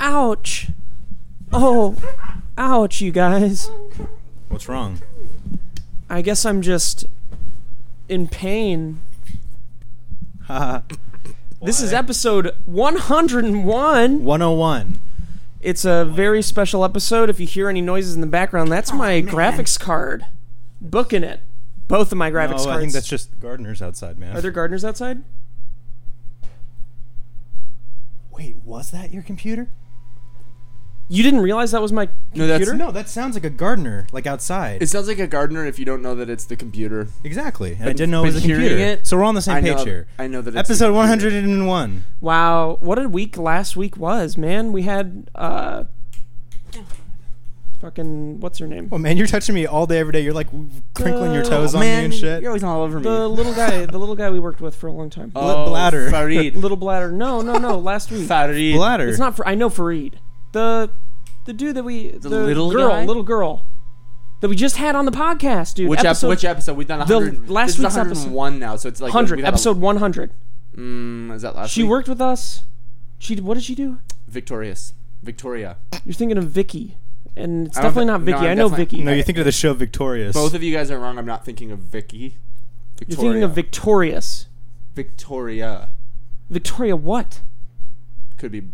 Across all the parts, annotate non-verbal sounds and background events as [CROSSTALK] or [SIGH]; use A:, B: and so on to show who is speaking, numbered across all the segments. A: Ouch. Oh, ouch, you guys.
B: What's wrong?
A: I guess I'm just in pain. [LAUGHS] This is
B: Why?
A: episode 101.
B: 101.
A: It's a very special episode. If you hear any noises in the background, that's my graphics card. Booking it. Both of my
B: No,
A: graphics cards.
B: Oh, I think that's just gardeners outside, man.
A: Are there gardeners outside?
B: Wait, was that your computer?
A: You didn't realize that was my
C: No, that's-
A: computer?
B: No, that sounds like a gardener, like outside.
C: It sounds like a gardener if you don't know that it's the computer.
B: exactly. And I didn't know it was a
A: but hearing
B: computer.
A: it-
B: so we're on the same
C: I
B: page
C: know,
B: here.
C: I know that it's a
B: Episode
C: computer.
B: 101.
A: Wow, what a week last week was, man. We had uh fucking what's her name?
B: Oh man, you're touching me all day, every day. You're like crinkling your toes
A: Oh,
B: on me and shit.
C: always all over
A: The little guy, the little guy we worked with for a long time.
C: oh,
B: bladder.
A: [LAUGHS]
C: Farid.
A: little bladder. No, no, no, last week.
C: Farid.
B: Bladder.
A: It's not for I know Farid. The the dude that we the,
C: little
A: girl,
C: guy?
A: little girl that we just had on the podcast, dude.
C: Which
A: episode
C: episode? Which episode? We've done
A: The
C: 100.
A: last
C: this is
A: week's
C: 101 now, so it's like
A: 100
C: we've had
A: episode 100.
C: A, mm, is that last?
A: She
C: week?
A: worked with us. She did- what did she do?
C: Victorious. Victoria.
A: You're thinking of Vicky. And it's
C: I don't
A: definitely
C: thi-
A: not
C: no,
A: Vicky.
C: I'm
A: I know
C: definitely-
A: Vicky.
B: No, you think of the show Victorious.
C: Both of you guys are wrong. I'm not thinking of Vicky.
A: You're
C: Victoria.
A: thinking of Victorious.
C: Victoria.
A: Victoria what?
C: Could be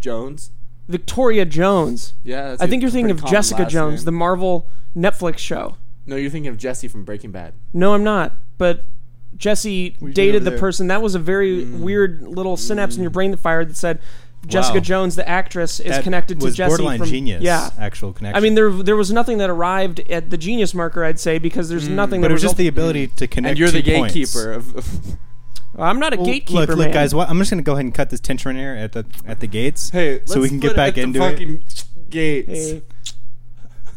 C: Jones.
A: Victoria Jones.
C: Yeah. that's
A: I
C: a
A: think you're thinking
C: pretty
A: of
C: common
A: Jessica
C: last
A: Jones, the
C: name.
A: Marvel Netflix show.
C: no, you're thinking of Jesse from Breaking Bad.
A: No, I'm not. But Jesse
B: you doing
A: dated
B: over
A: the
B: there?
A: person. That was a very weird little synapse in your brain that fired that said Jessica
B: Mm. Wow.
A: Jones, the actress, is
B: That
A: connected to
B: was
A: Jesse.
B: borderline
A: from,
B: genius.
A: Yeah.
B: actual connection.
A: I mean, there there was nothing that arrived at the genius marker, I'd say, because there's nothing
B: Mm. but
A: that
B: it was just the
A: result-
B: ability to connect.
C: And you're the
B: two points.
C: gatekeeper of, of
A: I'm not a
B: Well,
A: gatekeeper,
B: Look, look,
A: man.
B: guys. What, I'm just gonna go ahead and cut this tension here at the at the gates.
C: Hey,
B: so we
C: let's
B: can
C: put
B: get
C: it
B: back
C: at the
B: into it.
C: fucking Gates.
A: Hey.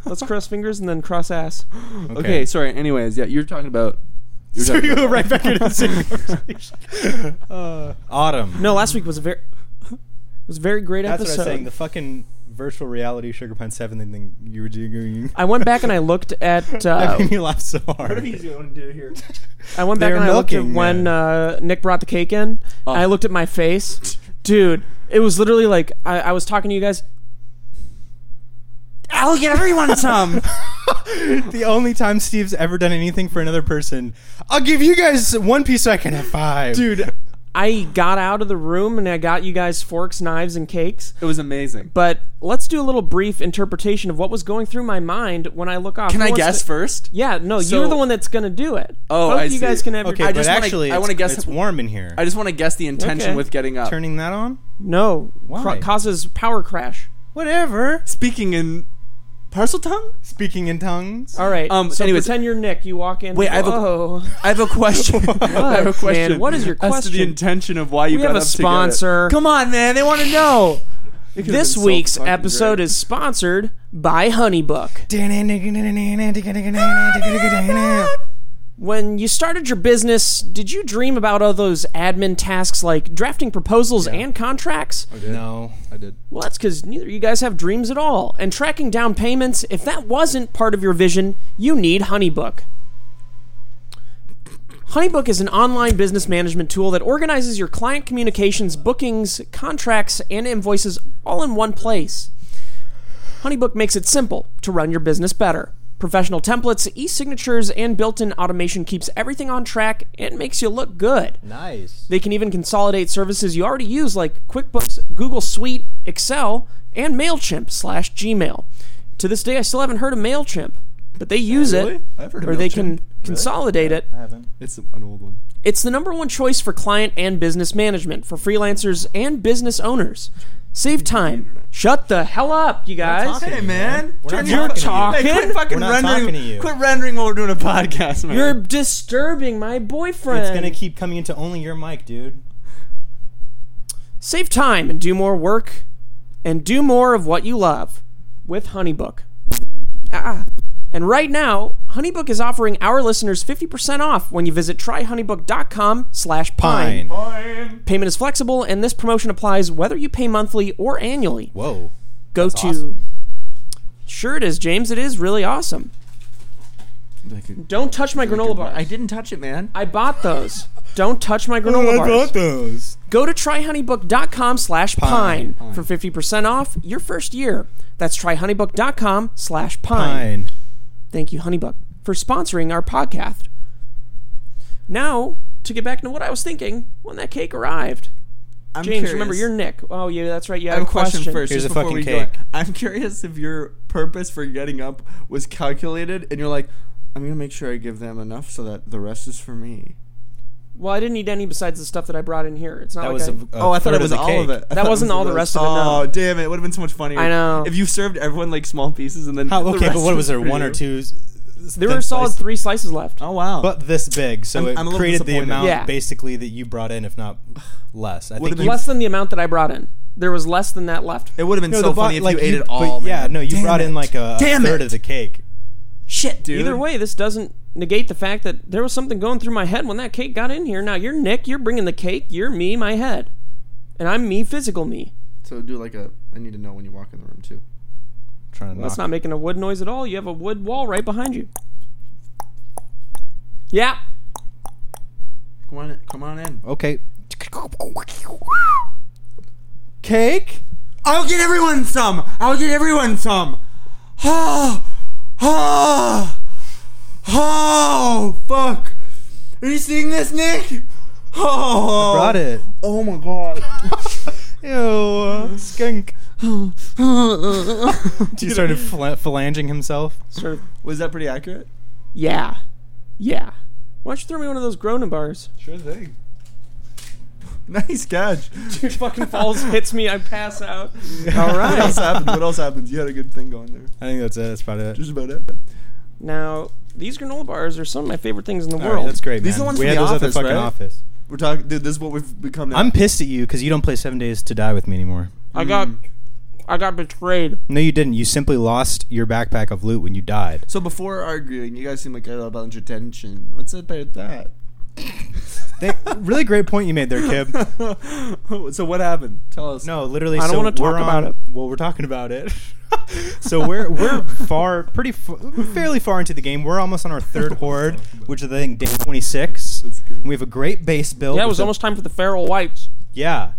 A: Let's cross fingers and then cross ass.
C: Okay. sorry. Anyways, yeah, you're talking about. you
B: [LAUGHS]
C: were
B: So
C: talking
B: you [LAUGHS] go
C: about-
B: right back into the
C: [LAUGHS]
B: same conversation. Uh, Autumn.
A: No, last week was a [LAUGHS] very was a very great
B: that's
A: episode.
B: what I was saying. The fucking virtual reality Sugar Pine Seven thing you were doing.
A: I went back and I looked
B: [LAUGHS]
A: at.
B: that
A: Uh,
B: made me laugh so hard.
C: going to do here?
A: I went back
B: They're
A: and I looked at
B: milking
A: when
B: that.
A: uh, Nick brought the cake in. And
C: Oh.
A: I looked at my face, dude. It was literally like I, I was talking to you guys.
C: I'll get everyone some.
B: the only time Steve's ever done anything for another person. I'll give you guys one piece so I can have five.
C: Dude,
A: I got out of the room and I got you guys forks, knives, and cakes.
C: it was amazing.
A: But let's do a little brief interpretation of what was going through my mind when I look off.
C: Can
A: Who
C: I
A: wants
C: guest
A: to-
C: first?
A: yeah, no,
C: So-
A: you're the one that's gonna do it.
C: Oh,
A: Both
C: I
A: of you
C: see.
A: guys can have
B: Okay,
A: your.
C: I
B: but
C: just wanna-
B: actually,
C: I wanna
B: it's-
C: guess-
B: it's warm in here.
C: I just want to guess the intention
A: Okay.
C: with getting up.
B: Turning that on?
A: No,
B: Why?
A: causes power crash.
B: Whatever.
C: Speaking in parcel tongue.
B: Speaking in tongues.
A: All right.
C: Um,
A: so
C: anyways-
A: pretend you're Nick. You walk in.
C: Wait, I have a-
A: Whoa.
C: I have a
B: [LAUGHS]
C: question. I have a
A: man,
C: question.
A: what is your
C: As to the
A: question?
C: intention of why you
A: We
C: got
A: have a
C: up to get it.
A: sponsor.
C: Come on, man. They want to know.
A: This week's episode is sponsored by Honeybook. When you started your business, did you dream about all those admin tasks like drafting proposals and contracts?
B: No.
C: I did.
A: Well, that's because neither of you guys have dreams at all. And tracking down payments, if that wasn't part of your vision, you need Honeybook. Honeybook is an online business management tool that organizes your client communications, bookings, contracts, and invoices all in one place. Honeybook makes it simple to run your business better. Professional templates, e signatures, and built in automation keeps everything on track and makes you look good.
B: Nice.
A: They can even consolidate services you already use like QuickBooks, Google Suite, Excel, and MailChimp slash Gmail. To this day, I still haven't heard of MailChimp, but they use it,
C: really? I've heard of
A: or they
C: MailChimp.
A: can consolidate it.
B: I haven't.
C: It's an old one.
A: It's the number one choice for client and business management for freelancers and business owners. Save time. Shut the hell up, you guys.
B: talking.
C: Hey, man.
B: We're not
C: Turn your-
B: talking to you.
A: Talking?
C: Hey, quit fucking
B: We're not
C: rendering.
B: talking to you.
C: Quit rendering while we're doing a podcast, man.
A: You're disturbing my boyfriend.
B: It's gonna keep coming into only your mic, dude.
A: Save time and do more work and do more of what you love with Honeybook. Ah. And right now, Honeybook is offering our listeners 50% off when you visit tryhoneybook.com slash pine.
B: Fine.
A: Payment is flexible, and this promotion applies whether you pay monthly or annually.
B: Whoa.
A: Go to...
B: awesome.
A: Sure it is, James. It is really awesome.
C: like a-
A: Don't touch my granola bar.
C: I
A: I,
C: didn't touch it, man.
A: I bought those. Don't touch my granola bars.
B: those.
A: Go to tryhoneybook.com slash
B: Pine.
A: pine for 50% off your first year. That's tryhoneybook.com slash pine.
B: Fine.
A: Thank you, Honeybook, for sponsoring our podcast. Now, to get back to what I was thinking when that cake arrived.
D: I'm
A: James,
D: curious.
A: remember, you're Nick. Oh, yeah, that's right.
D: I
A: You have
D: have a question, first.
B: Here's
D: just
B: a
D: before
B: fucking
D: we
B: cake.
D: Go.
C: I'm curious if your purpose for getting up was calculated, and you're like, I'm gonna make sure I give them enough so that the rest is for me.
A: Well, I didn't eat any besides the stuff that I brought in here. It's not
B: That
A: like
B: was
A: I-
B: a-
C: oh, I thought
B: third
C: it
B: of
C: was
B: the
C: all
B: cake.
C: of it. I
A: That
C: thought it
A: wasn't
C: was
A: all the rest of it,
C: Oh,
A: no.
C: damn it! It would have been so much funnier.
A: I know.
C: If you served everyone like small pieces and then
B: How,
C: the
B: okay, but
C: rest
B: what was there?
C: for
B: One or
C: you.
B: two? s- s-
A: there
B: thin
A: were a solid
B: slices?
A: three slices left.
C: Oh wow!
B: But this big, so
C: I'm-
B: it
C: I'm a little
B: created the
C: disappointed.
B: amount
A: Yeah.
B: basically that you brought in, if not less. I
C: Would've
B: think
C: been
B: you,
A: less than the amount that I brought in. There was less than that left.
C: it would have been
B: no,
C: so
B: the bo-
C: funny if
B: like
C: you ate it
B: but
C: all.
B: Yeah,
C: man.
B: no, you
C: Damn
B: brought
C: it.
B: in like a, a
C: Damn
B: third
C: it.
B: of the cake.
A: Shit,
C: dude.
A: Either way, this doesn't negate the fact that there was something going through my head when that cake got in here. Now you're Nick, you're bringing the cake. You're me, my head, and I'm me, physical me.
C: So do like a. I need to know when you walk in the room too.
B: Trying to
A: That's
B: knock.
A: not making a wood noise at all. You have a wood wall right behind you. Yeah.
C: Come on, in- come on in.
B: okay.
C: Cake? I'll get everyone some. I'll get everyone some. [SIGHS] Oh, oh, oh, fuck. Are you seeing this, Nick? [SIGHS] Oh,
B: Brought it.
C: Oh my god.
B: Ew, [LAUGHS] skunk. he started phala- phalanging himself.
A: Sort of.
C: [LAUGHS] Was that pretty accurate?
A: Yeah. Yeah. Why don't you throw me one of those Gronin bars? [LAUGHS]
C: Sure thing. [LAUGHS] Nice catch.
A: Dude, fucking falls, [LAUGHS] hits me, I pass out.
C: All [LAUGHS] right. what else happened? What else happened? You had a good thing going there.
B: I think that's it. That's about it.
C: Just about it.
A: Now, these granola bars are some of my favorite things in the
B: All right,
A: world.
B: that's great, man.
C: These are the ones
B: we
C: from
B: had
C: the
B: those at the
C: office,
B: fucking
C: right?
B: office.
C: We're talking, dude. This is what we've become now.
B: I'm pissed at you because you don't play Seven Days to Die with me anymore.
A: I got
B: Mm.
A: I got betrayed.
B: No, you didn't. You simply lost your backpack of loot when you died.
C: so before arguing, you guys seem like I had a bunch of tension. What's up about that? [LAUGHS]
B: They, really great point you made there, Kib.
C: so what happened? Tell us.
B: No, literally.
A: I don't
B: so
A: wanna talk
B: we're
A: about
B: on-
A: it.
B: Well, we're talking about it. [LAUGHS] so we're we're far, pretty, f- fairly far into the game. We're almost on our third horde, which is I think day twenty six.
C: That's good.
B: We have a great base build.
A: Yeah, it
B: with
A: was
B: a-
A: almost time for the feral whites.
B: yeah.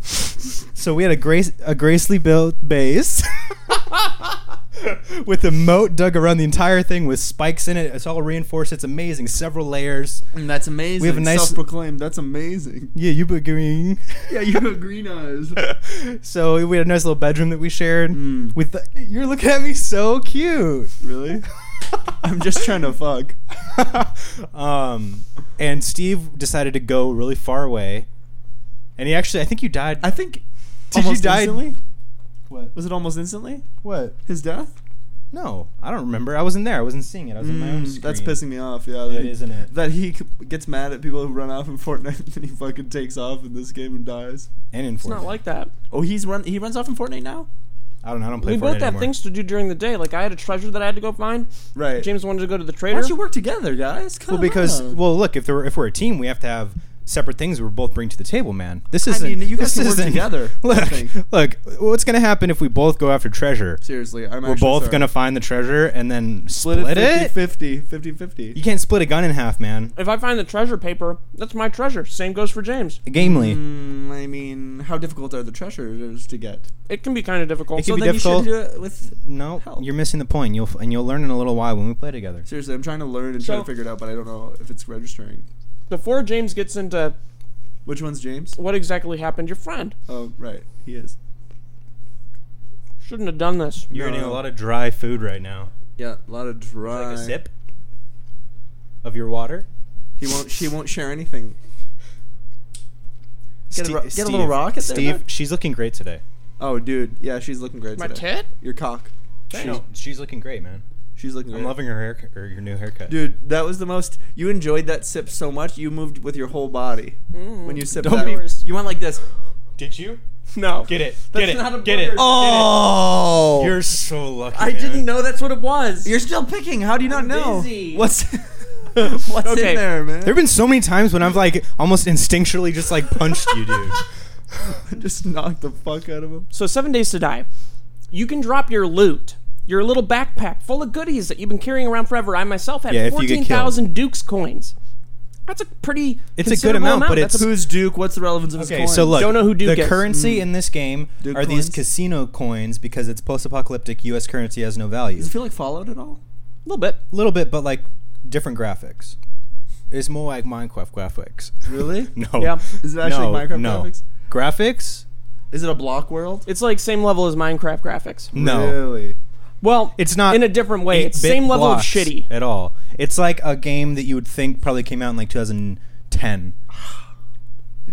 B: so we had a grace a gracefully built base. [LAUGHS] With a moat dug around the entire thing with spikes in it. It's all reinforced. It's amazing. Several layers.
C: Mm, That's amazing.
B: We have a nice-
C: self-proclaimed. That's amazing.
B: Yeah, you've been going.
C: [LAUGHS] Yeah, you have green eyes.
B: [LAUGHS] So we had a nice little bedroom that we shared.
C: Mm.
B: With the, you're looking at me so cute.
C: [LAUGHS]
B: [LAUGHS]
C: really? I'm just trying to fuck.
B: um, and Steve decided to go really far away, and he actually I think you died.
C: I think.
B: Did you
C: almost
B: die-
C: instantly?
B: what?
C: Was it almost instantly?
B: What?
C: His death?
B: No, I don't remember. I wasn't there. I wasn't seeing it. I was in my own
C: Mm,
B: screen.
C: that's pissing me off. Yeah,
B: It
C: he-
B: isn't it.
C: That he c- gets mad at people who run off in Fortnite, [LAUGHS] and he fucking takes off in this game and dies.
B: And in
A: It's not like that.
C: Oh, he's run. He runs off in Fortnite now.
B: I don't. know. I don't play.
A: we
B: Fortnite
A: both have
B: anymore.
A: things to do during the day. Like I had a treasure that I had to go find.
C: Right.
A: James wanted to go to the
C: why
A: trader.
C: don't you work together, guys? Come
B: Well, because
C: on.
B: well, look if we're if we're a team, we have to have separate things we're both bring to the table, man. This
C: I
B: isn't.
C: mean, you guys
B: this
C: can work
B: isn't-
C: together, I
B: [LAUGHS] Look,
C: think.
B: look. What's gonna happen if we both go after treasure?
C: seriously, I'm.
B: We're both gonna find the treasure and then split,
C: split
B: it.
C: it 50 50 50
B: You can't split a gun in half, man.
A: if I find the treasure paper, that's my treasure. Same goes for James.
B: Gamely.
C: Mm, I mean, how difficult are the treasures to get?
A: It can be kind of difficult.
B: It can
A: So
B: be
A: then
C: then
A: you-
B: difficult.
C: you should do it with.
B: No,
C: Help.
B: you're missing the point. You'll f- and you'll learn in a little while when we play together.
C: Seriously, I'm trying to learn and
A: So-
C: try to figure it out, but I don't know if it's registering.
A: before James gets into
C: Which one's James?
A: what exactly happened, your friend
C: Oh, right, he is.
A: shouldn't have done this.
B: You're
C: No.
B: eating a lot of dry food right now.
C: Yeah, a lot of dry.
B: Like a sip of your water.
C: He won't. She won't share anything. Get a
B: Ste-
C: ro- get a little rocket there,
B: Steve,
C: bud.
B: she's looking great today.
C: Oh, dude, yeah, she's looking great
A: My
C: today.
A: tit?
C: Your cock.
B: She's, she's looking great, man.
C: She's looking great.
B: I'm loving her hair or your new haircut.
C: Dude, that was the most. You enjoyed that sip so much. You moved with your whole body
B: Mm.
C: when you sipped
B: Don't
C: that.
A: be-
C: You went like this.
B: did you
A: No.
B: get it?
A: That's
B: Get it?
A: not a
B: get
A: word.
B: it?
C: Oh,
B: You're so lucky.
A: I
B: man.
A: didn't know that's what it was.
C: You're still picking. How do you not
A: I'm
C: know?
A: busy. [LAUGHS]
C: What's what's
A: Okay.
C: in there, man? [LAUGHS]
B: There have been so many times when I've like almost instinctually just like punched
A: [LAUGHS]
B: you, dude.
C: Just knocked the fuck out of him.
A: so seven days to die. You can drop your loot, your little backpack full of goodies that you've been carrying around forever. I myself had
B: Yeah, if you get killed.
A: 14,000 Duke's coins. That's a pretty
B: It's a good
A: considerable
B: amount, but
A: That's
B: it's-
A: a-
C: Who's Duke? What's the relevance of his
B: Okay,
C: coin?
B: so look,
A: Don't know who Mm. Duke
B: the
A: is.
B: currency in this game
C: Duke
B: are these
C: coins?
B: casino coins because it's post-apocalyptic. U.S. currency has no value.
C: Does it feel like Fallout at all?
A: a little bit.
B: A little bit, but like different graphics. It's more like Minecraft graphics. [LAUGHS]
C: [LAUGHS] Really?
B: No.
A: Yeah.
C: Is it
B: no,
C: actually Minecraft
B: no.
C: graphics?
B: Graphics?
C: Is it a block world?
A: It's like same level as Minecraft graphics.
B: No.
C: Really?
A: Well,
B: Mm, It's not
A: in a different way. It's
B: 8-bit
A: same level of
B: blocks
A: shitty.
B: at all. It's like a game that you would think probably came out in like 2010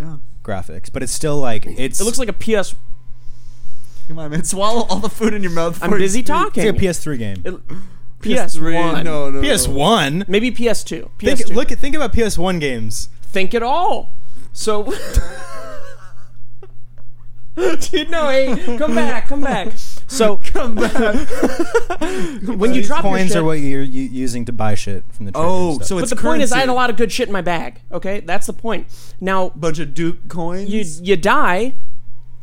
C: Yeah.
B: graphics, but it's still like it's
A: It looks like a PS.
C: Come on, man. Swallow all the food in your mouth.
A: I'm
C: before you
A: busy
C: speak.
A: talking.
B: it's like a PS3 game.
A: It- PS1.
C: No, no. no.
B: PS1.
A: Maybe PS2. PS2.
B: Think, look at think about PS1 games.
A: think at all.
B: [LAUGHS]
A: So, [LAUGHS] dude, no, hey, come back, come back. So, come back. when you
B: These
A: drop your
B: coins
A: shit-
B: are what you're u- using to buy shit from the. traders
C: [LAUGHS] Oh,
B: and stuff.
C: so
A: but
C: it's
A: the point is, I had a
C: currency.
A: lot of good shit in my bag. Okay, that's the point. Now,
C: bunch of Duke coins.
A: you you die,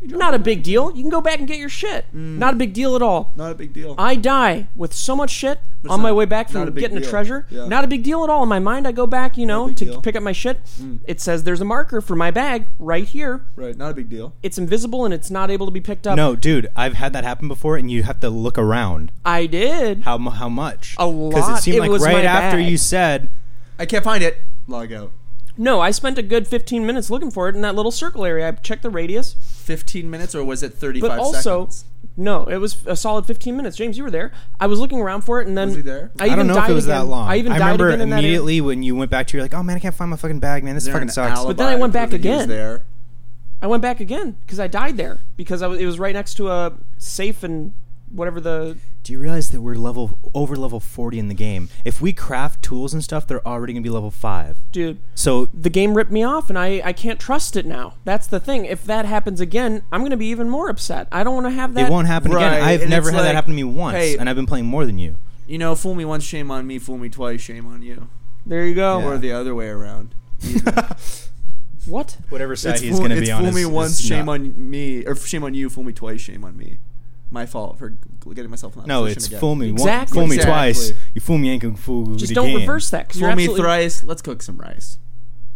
A: not a big deal. You can go back and get your shit.
C: Mm.
A: Not a big deal at all.
C: not a big deal.
A: I die with so much shit on my
C: not-
A: way back
C: not a
A: from
C: big
A: getting a
C: deal.
A: treasure.
C: Yeah.
A: Not a big deal at all. In my mind, I go back, you know,
C: big
A: to
C: deal. Mm.
A: pick up my shit. It says there's a marker for my bag right here.
C: right, not a big deal.
A: It's invisible and it's not able to be picked up.
B: No, dude, I've had that happen before, and you have to look around.
A: I did.
B: How mu- how much?
A: A
B: Because
A: lot.
B: it seemed
A: It
B: like
A: was
B: right
A: my
B: after
A: bag.
B: you said,
C: I can't find it. Log out.
A: No, I spent a good 15 minutes looking for it in that little circle area. I checked the radius,
C: 15 minutes or was it 35
A: but also
C: seconds?
A: no, it was a solid 15 minutes. James, you were there. I was looking around for it and then
C: Was he there?
A: I,
B: I,
A: even
B: don't know if
A: died
B: it was
A: again.
B: that long.
A: I even died
B: remember
A: again in that area.
B: immediately when you went back to, you're like, oh man, I can't find my fucking bag, man. This
C: Is there
B: fucking
C: an
B: sucks.
C: alibi
A: But then I went
C: for
A: back
C: that he was
A: again.
C: There.
A: I went back again because I died there because I was, it was right next to a safe and whatever the
B: Do you realize that we're level over level 40 in the game? If we craft tools and stuff, they're already gonna be level five.
A: dude.
B: So
A: The game ripped me off and I, I can't trust it now. That's the thing. If that happens again, I'm going to be even more upset. I don't want to have that.
B: it won't happen
C: Right,
B: again. I've
C: and
B: never
C: it's
B: had
C: like,
B: that happen to me once,
C: hey-
B: and I've been playing more than you.
C: You know, fool me once, shame on me. Fool me twice, shame on you.
A: There you go.
B: Yeah.
C: Or the other way around.
A: What?
B: Whatever side
C: it's
B: he's
C: fool,
B: gonna
C: it's
B: be on
C: fool
B: is-
C: me
B: is
C: once, shame
B: not-
C: on me, or shame on you. Fool me twice, shame on me. My fault for getting myself in that
B: No,
C: position
B: it's
C: again.
B: fool me once,
A: Exactly.
B: fool me
C: Exactly.
B: twice. You fool me, ain't gonna fool
A: Just
B: the
A: don't
B: game.
A: reverse that. 'cause you're
C: Fool me
A: absolutely
C: thrice. Let's cook some rice,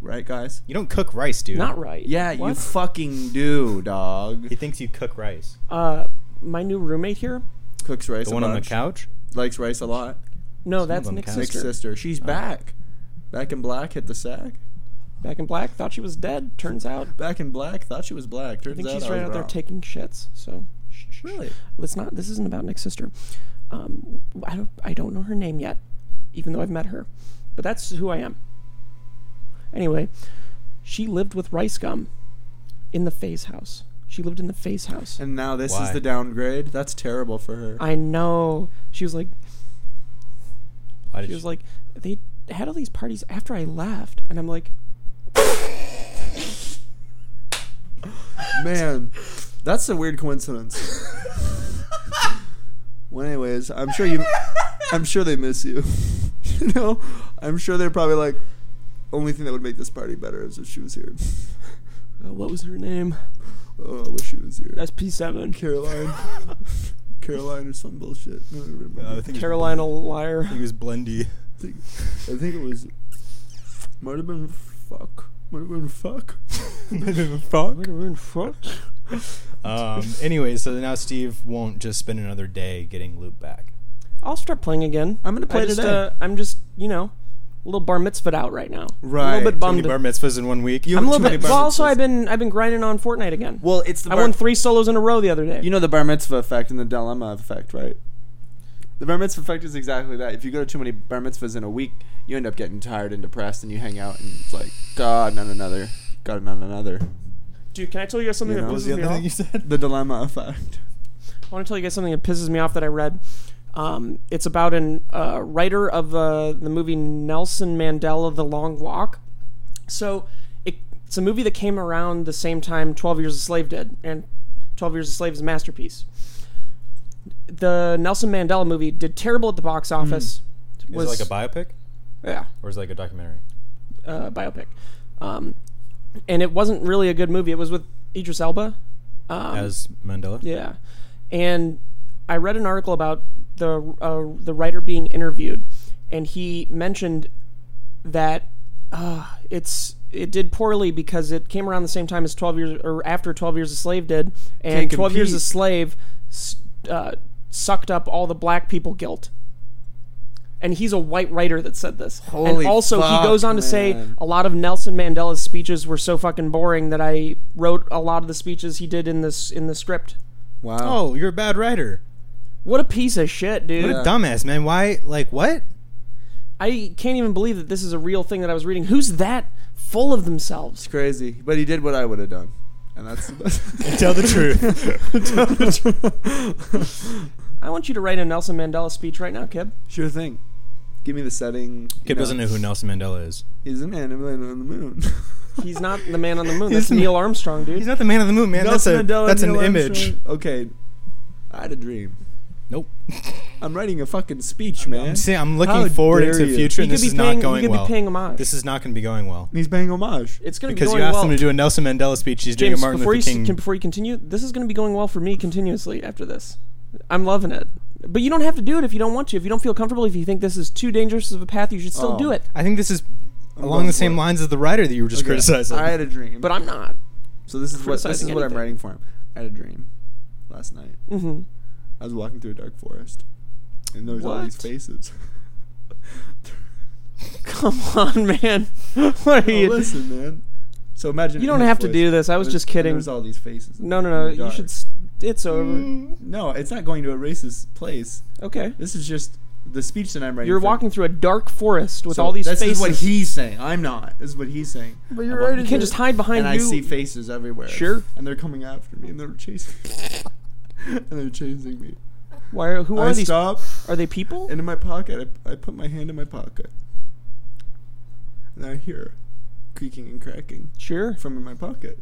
C: right, guys?
B: You don't cook rice, dude.
A: Not right.
C: Yeah, you
A: What?
C: fucking do, dog.
B: He thinks you cook rice.
A: uh, my new roommate here.
C: Cooks rice.
B: The
C: a
B: one on the
C: bunch,
B: couch?
C: likes rice a lot.
A: No, that's
B: them
A: Nick's
B: count.
C: Nick's
A: sister.
C: sister, she's
B: Uh-huh.
C: back. Back in black, hit the sack.
A: Back in black. Thought she was dead. Turns out,
C: Back in black, thought she was black. Turns
A: I think
C: out
A: she's
C: I
A: right
C: was
A: out there
C: wrong.
A: taking shits. So shh, shh, shh.
C: Really?
A: let's not. This isn't about Nick's sister. Um, I don't. I don't know her name yet, even though I've met her. But that's who I am. Anyway, she lived with rice gum in the Faze house. She lived in the Faze house.
C: And now this is
B: Why?
C: the downgrade. That's terrible
A: [LAUGHS]
C: for her.
A: I know. She was like,
B: Why did
A: She was like, they had all these parties after I left, and I'm like,
C: Man, that's a weird
A: [LAUGHS]
C: coincidence. well, anyways, I'm sure you, I'm sure they miss you. [LAUGHS] you know, I'm sure they're probably like, only thing that would make this party better is if she was here.
A: uh, what was her name?
C: Oh, I wish she was here.
A: SP7. [LAUGHS]
C: Caroline, Caroline or some bullshit. I don't remember.
B: Uh, I
C: I,
B: think
A: Carolina liar.
B: [LAUGHS] He was blendy.
C: think, I think it was. Might have been fuck. Might have
B: [LAUGHS]
C: been fuck.
B: Fuck.
A: fuck?
B: [LAUGHS] Um, anyway, so now Steve won't just spend another day getting loop back.
A: I'll start playing again.
C: I'm gonna
A: I
C: play
A: just,
C: today.
A: Uh, I'm just, you know, a little bar mitzvahed out right now. A
C: Right.
A: little bit
B: How many
A: bummed.
B: bar mitzvahs in one week? You
A: I'm a
B: have
A: little
B: too
A: bit.
B: many
A: Well,
B: bar
A: also,
B: mitzvahs.
A: I've been I've been grinding on Fortnite again.
C: Well, it's the
A: I
C: bar-
A: won three solos in a row the other day.
C: You know the bar mitzvah effect and the dilemma effect, right? The bar mitzvah effect is exactly that. If you go to too many bar mitzvahs in a week, you end up getting tired and depressed, and you hang out, and it's like, God, not another, God, not another.
A: dude, can I tell you guys something?
C: You
A: that
B: What
C: know,
B: was
A: pisses
B: the
A: me
B: other
A: off?
B: thing you said?
C: The dilemma effect.
A: I want to tell you guys something that pisses me off that I read. Um, it's about an uh, writer of uh, the movie Nelson Mandela: The Long Walk. So it, it's a movie that came around the same time Twelve Years a Slave did, and Twelve Years a Slave is a masterpiece. The Nelson Mandela movie did terrible at the box office.
B: Was Hmm. it like a biopic
A: yeah
B: or is it like a documentary?
A: uh, biopic, um, and it wasn't really a good movie. It was with Idris Elba.
E: Um,
B: As Mandela?
A: Yeah. And I read an article about the uh, the writer being interviewed, and he mentioned that uh, it's it did poorly because it came around the same time as Twelve Years or after Twelve Years a Slave did, and
C: Can't
A: Twelve Years a
C: compete.
A: Slave s- uh, sucked up all the black people guilt. And he's a white writer that said this.
C: Holy
A: and also,
C: fuck,
A: he goes on to say
C: man.
A: a lot of Nelson Mandela's speeches were so fucking boring that I wrote a lot of the speeches he did in this in the script.
C: Wow.
E: Oh, you're a bad writer.
A: What a piece of shit, dude!
E: What a dumbass, man. Why? Like what?
A: I can't even believe that this is a real thing that I was reading. Who's that full of themselves?
C: It's crazy. But he did what I would have done. And that's
E: [LAUGHS]
C: [LAUGHS] the best.
E: Tell the truth.
A: I want you to write a Nelson Mandela speech right now, Kib.
C: sure thing. Give me the setting. you
E: [LAUGHS] Kid doesn't know who Nelson Mandela is.
C: He's a man who landed on the
E: [LAUGHS]
C: moon.
A: He's not the man on the moon.
E: He's
A: That's
E: the-
A: Neil Armstrong, dude.
E: He's not the man on the moon, man.
C: Nelson
E: that's a
C: Mandela,
E: that's an
C: Neil
E: image.
C: Armstrong. Okay. I had a dream.
E: Nope.
C: [LAUGHS] I'm writing a fucking speech, man.
E: I'm, saying, I'm looking
C: How
E: forward
C: dare
E: into the
C: you.
E: future,
A: he
E: and
A: could
E: this
A: be
E: is
A: paying,
E: not going
A: he could
E: well.
A: be paying homage.
E: This is not going to be going well
C: He's paying homage.
A: it's going to be
E: because
A: going
E: you asked
A: well.
E: him to do a Nelson Mandela speech. He's doing
A: James,
E: a Martin
A: before
E: Luther
A: you,
E: King.
A: can, before you continue, this is going to be going well for me continuously after this. I'm loving it. But you don't have to do it if you don't want to. If you don't feel comfortable, if you think this is too dangerous of a path, you should still
C: Oh.
A: do it.
E: I think this is
C: going
E: along the same
C: for it.
E: lines as the writer that you were just
C: Okay.
E: criticizing.
C: I had a dream.
A: But I'm not.
C: so this is what this is
A: criticizing
C: what I'm
A: anything.
C: writing for him. I had a dream last night.
A: hmm
C: I was walking through a dark forest. And there was all these
A: What? [LAUGHS]
C: faces.
A: [LAUGHS] Come on, man. [LAUGHS] what are
C: Oh,
A: you?
C: listen, man. So imagine
A: You
C: it
A: don't
C: in
A: have to
C: voice.
A: do this. I was
C: There's-
A: just kidding.
C: There's all these faces.
A: No,
C: in
A: no, no.
C: the
A: You
C: dark.
A: should. s it's over.
E: Mm,
C: No, it's not going to a racist place.
A: Okay.
C: This is just the speech that I'm writing.
A: You're
C: for-
A: walking through a dark forest with
C: So
A: all these
C: this
A: faces.
C: is what he's saying. I'm not. This is what he's saying. But
E: you're right,
A: you can't just hide behind
C: And I
A: you.
C: see faces everywhere.
A: Sure.
C: And they're coming after me, and they're chasing. [LAUGHS] and they're chasing me.
A: Why? Are, who are
C: I
A: these?
C: stop,
A: Are they people?
C: and in my pocket, I, I put my hand in my pocket, and I hear creaking and cracking
A: Sure.
C: from in my pocket.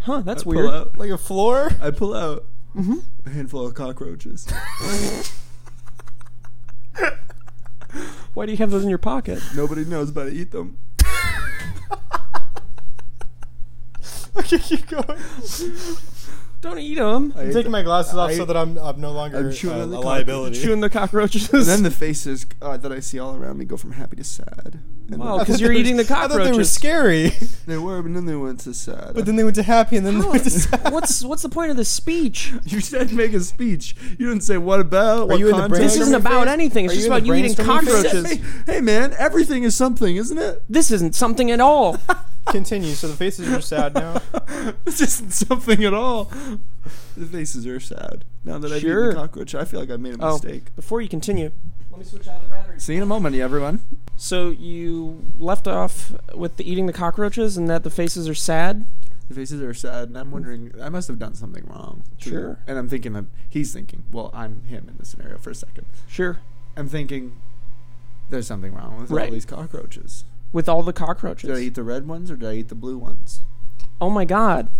A: Huh? That's
C: I pull
A: weird.
C: out-
E: like a floor. [LAUGHS]
C: I pull out
E: Mm-hmm.
A: Mhm.
C: a handful of cockroaches. [LAUGHS]
A: Why do you have those in your pocket?
C: Nobody knows, but I eat them.
E: okay, keep going.
A: Don't eat them. [LAUGHS]
C: I eat them.
E: glasses
C: off so that
E: I'm I'm no longer
C: I'm chewing uh, on the a cock- liability.
E: liability.
A: Chewing the cockroaches.
C: And
A: [LAUGHS]
C: then the faces uh, that I see all around me go from happy to sad. And
A: Wow,
C: then-
A: 'cause you're eating the
E: I thought they were
A: cockroaches.
E: scary, [LAUGHS]
C: They were, but then they went to sad.
E: but then they went to happy, and then they
A: How-
E: went to sad.
A: [LAUGHS] what's what's the point of this speech?
C: [LAUGHS] you said make a speech. You didn't say what about. what
E: you in the
C: context?
A: This isn't
E: brainstorming
A: about
E: phase?
A: anything. It's
E: Are
A: just
E: you in
A: about
E: the
A: you eating
E: brainstorming phase?
A: cockroaches.
C: Hey, hey, man, everything is something, isn't it?
A: This isn't something at all.
E: [LAUGHS] Continue. So the faces are sad now.
C: This isn't something at all. The faces are sad. Now that I've eaten
A: Sure.
C: the cockroach, I feel like I made a
A: Oh.
C: [LAUGHS] mistake.
A: Before you continue, let me switch out the batteries.
C: See you in a moment, everyone.
A: So you left off with the eating the cockroaches and that the faces are sad.
C: The faces are sad, and I'm wondering, I must have done something wrong.
A: Sure.
C: And I'm thinking, of, he's thinking, well, I'm him in this scenario for a second.
A: Sure.
C: I'm thinking, there's something wrong with all
A: Right.
C: these cockroaches.
A: With all the
C: Did I
A: cockroaches.
C: eat the red ones or did I eat the blue ones?
A: Oh my God.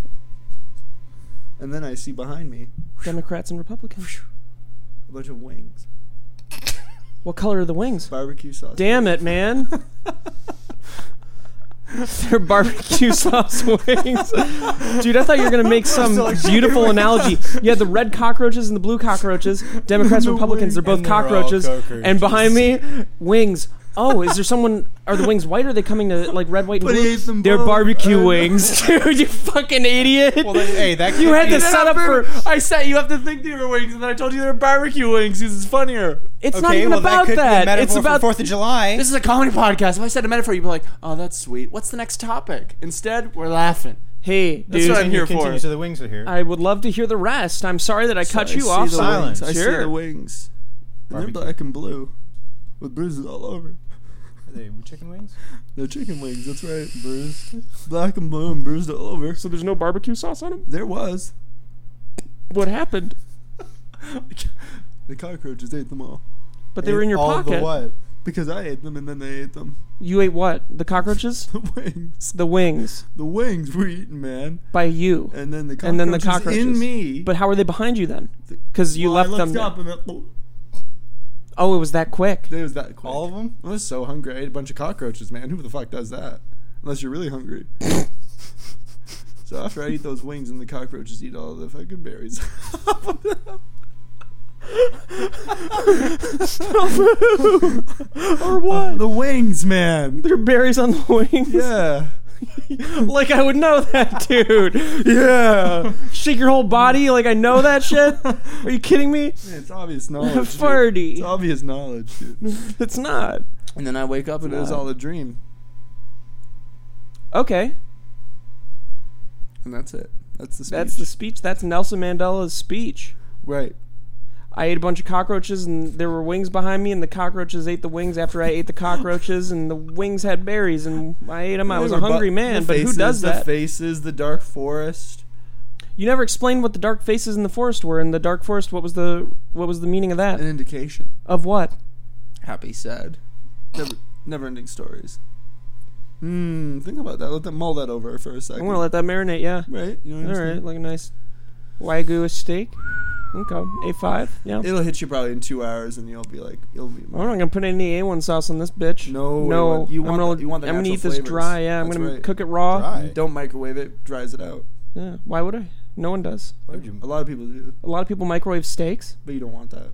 C: And then I see behind me
A: Democrats and Republicans.
C: a bunch of wings,
A: What color are the wings?
C: barbecue sauce.
A: Damn it, man.
C: [LAUGHS]
A: They're barbecue sauce wings. Dude, I thought you were going to
C: [LAUGHS]
A: make some beautiful analogy. You had the red cockroaches and the blue cockroaches. Democrats and Republicans, they're both
E: And they're all
A: cockroaches.
E: cockroaches.
A: And behind me, wings. Oh, is there someone? Are the wings white? Or are they coming to like red, white, and
C: But he
A: blue?
C: ate them
A: They're
C: both.
A: barbecue
C: [LAUGHS] I-
A: wings, [LAUGHS] dude. You fucking idiot.
E: [LAUGHS] Well, then, hey, that
A: you
E: could
A: had
E: be-
A: to set up for.
C: I set you up to think they were wings, and then I told you they were barbecue wings because it's funnier.
A: It's
E: Okay,
A: not even
E: well,
A: about
E: could be a
A: that.
E: metaphor
A: It's
E: for
A: about
E: Fourth of July.
C: This is a comedy podcast. If I said a metaphor, you'd be like, "Oh, that's sweet." What's the next topic? Instead, we're laughing.
A: Hey,
C: That's
A: dude.
C: what I'm here
E: Continue,
C: for.
E: So the wings are here.
A: I would love to hear the rest. I'm sorry that I cut
C: So I
A: you
C: see
A: off.
C: the
A: so-
E: Silence.
C: Wings. I see
A: Sure.
C: the wings. And they're
E: Barbecue.
C: black and blue, with bruises all over.
E: Are they chicken wings?
C: They're chicken wings. That's right, bruised. Black and blue and bruised all over.
A: So there's no barbecue sauce on them?
C: There was. [LAUGHS]
A: What happened?
C: The cockroaches ate them all.
A: But they were in your
E: All
A: pocket.
E: The what?
C: Because I ate them and then they ate them. [LAUGHS]
A: You ate what? The cockroaches?
C: The wings.
A: the wings.
C: The wings were eaten, man.
A: By you.
C: And then the cockroaches,
A: And then the
C: in
A: cockroaches.
C: me.
A: But how were they behind you then? Because you left
C: Well, I
A: them.
C: looked
A: there.
C: up and it,
A: Oh, it was that quick.
C: it was that quick.
E: All of them?
C: I was so hungry. I ate a bunch of cockroaches, man. Who the fuck does that? Unless you're
A: [LAUGHS]
C: really hungry. so [LAUGHS] after I eat those wings and the cockroaches eat all the fucking berries.
A: or what?
B: The wings, man.
A: There are berries on the wings.
B: Yeah.
A: [LAUGHS] Like I would know that, [LAUGHS] dude.
B: Yeah.
A: [LAUGHS] Shake your whole body. Like I know that shit. Are you kidding me?
B: it's obvious knowledge. dude. It's
A: Farty.
B: obvious knowledge, dude.
A: It's not.
C: And then I wake up and it was all a dream.
A: Okay.
C: And that's it. That's the speech.
A: That's the speech. That's Nelson Mandela's speech.
C: right.
A: I ate a bunch of cockroaches and there were wings behind me, and the cockroaches ate the wings after I ate the cockroaches, and the wings had berries, and I ate them. I was a hungry man, but who does
C: The
A: that?
C: faces, the dark forest.
A: You never explained what the dark faces in the forest were, and the dark forest. What was the what was the meaning of that?
C: An indication.
A: Of what?
C: Happy, sad. Never, never ending stories. Hmm. Think about that. Let them mull that over for a
A: I
C: second.
A: want to let that marinate. Yeah.
C: right. You know what
A: All
C: I'm saying?
A: right, like a nice wagyu steak. Okay, A five. Yeah.
C: It'll hit you probably in two hours, and you'll be like, you'll be.
A: I'm not gonna put any A1 sauce on this bitch.
C: No, you
A: no.
C: want- you
A: I'm
C: want
A: gonna,
C: the- you want the
A: I'm gonna
C: natural
A: eat this
C: flavors.
A: dry. Yeah, I'm
C: That's
A: gonna
C: right.
A: cook it raw.
B: Dry.
C: Don't microwave it. Dries it out.
A: Yeah. Why would I? No one does.
B: Why would you-
C: A lot of people do,
A: A lot of people microwave steaks.
C: but you don't want that.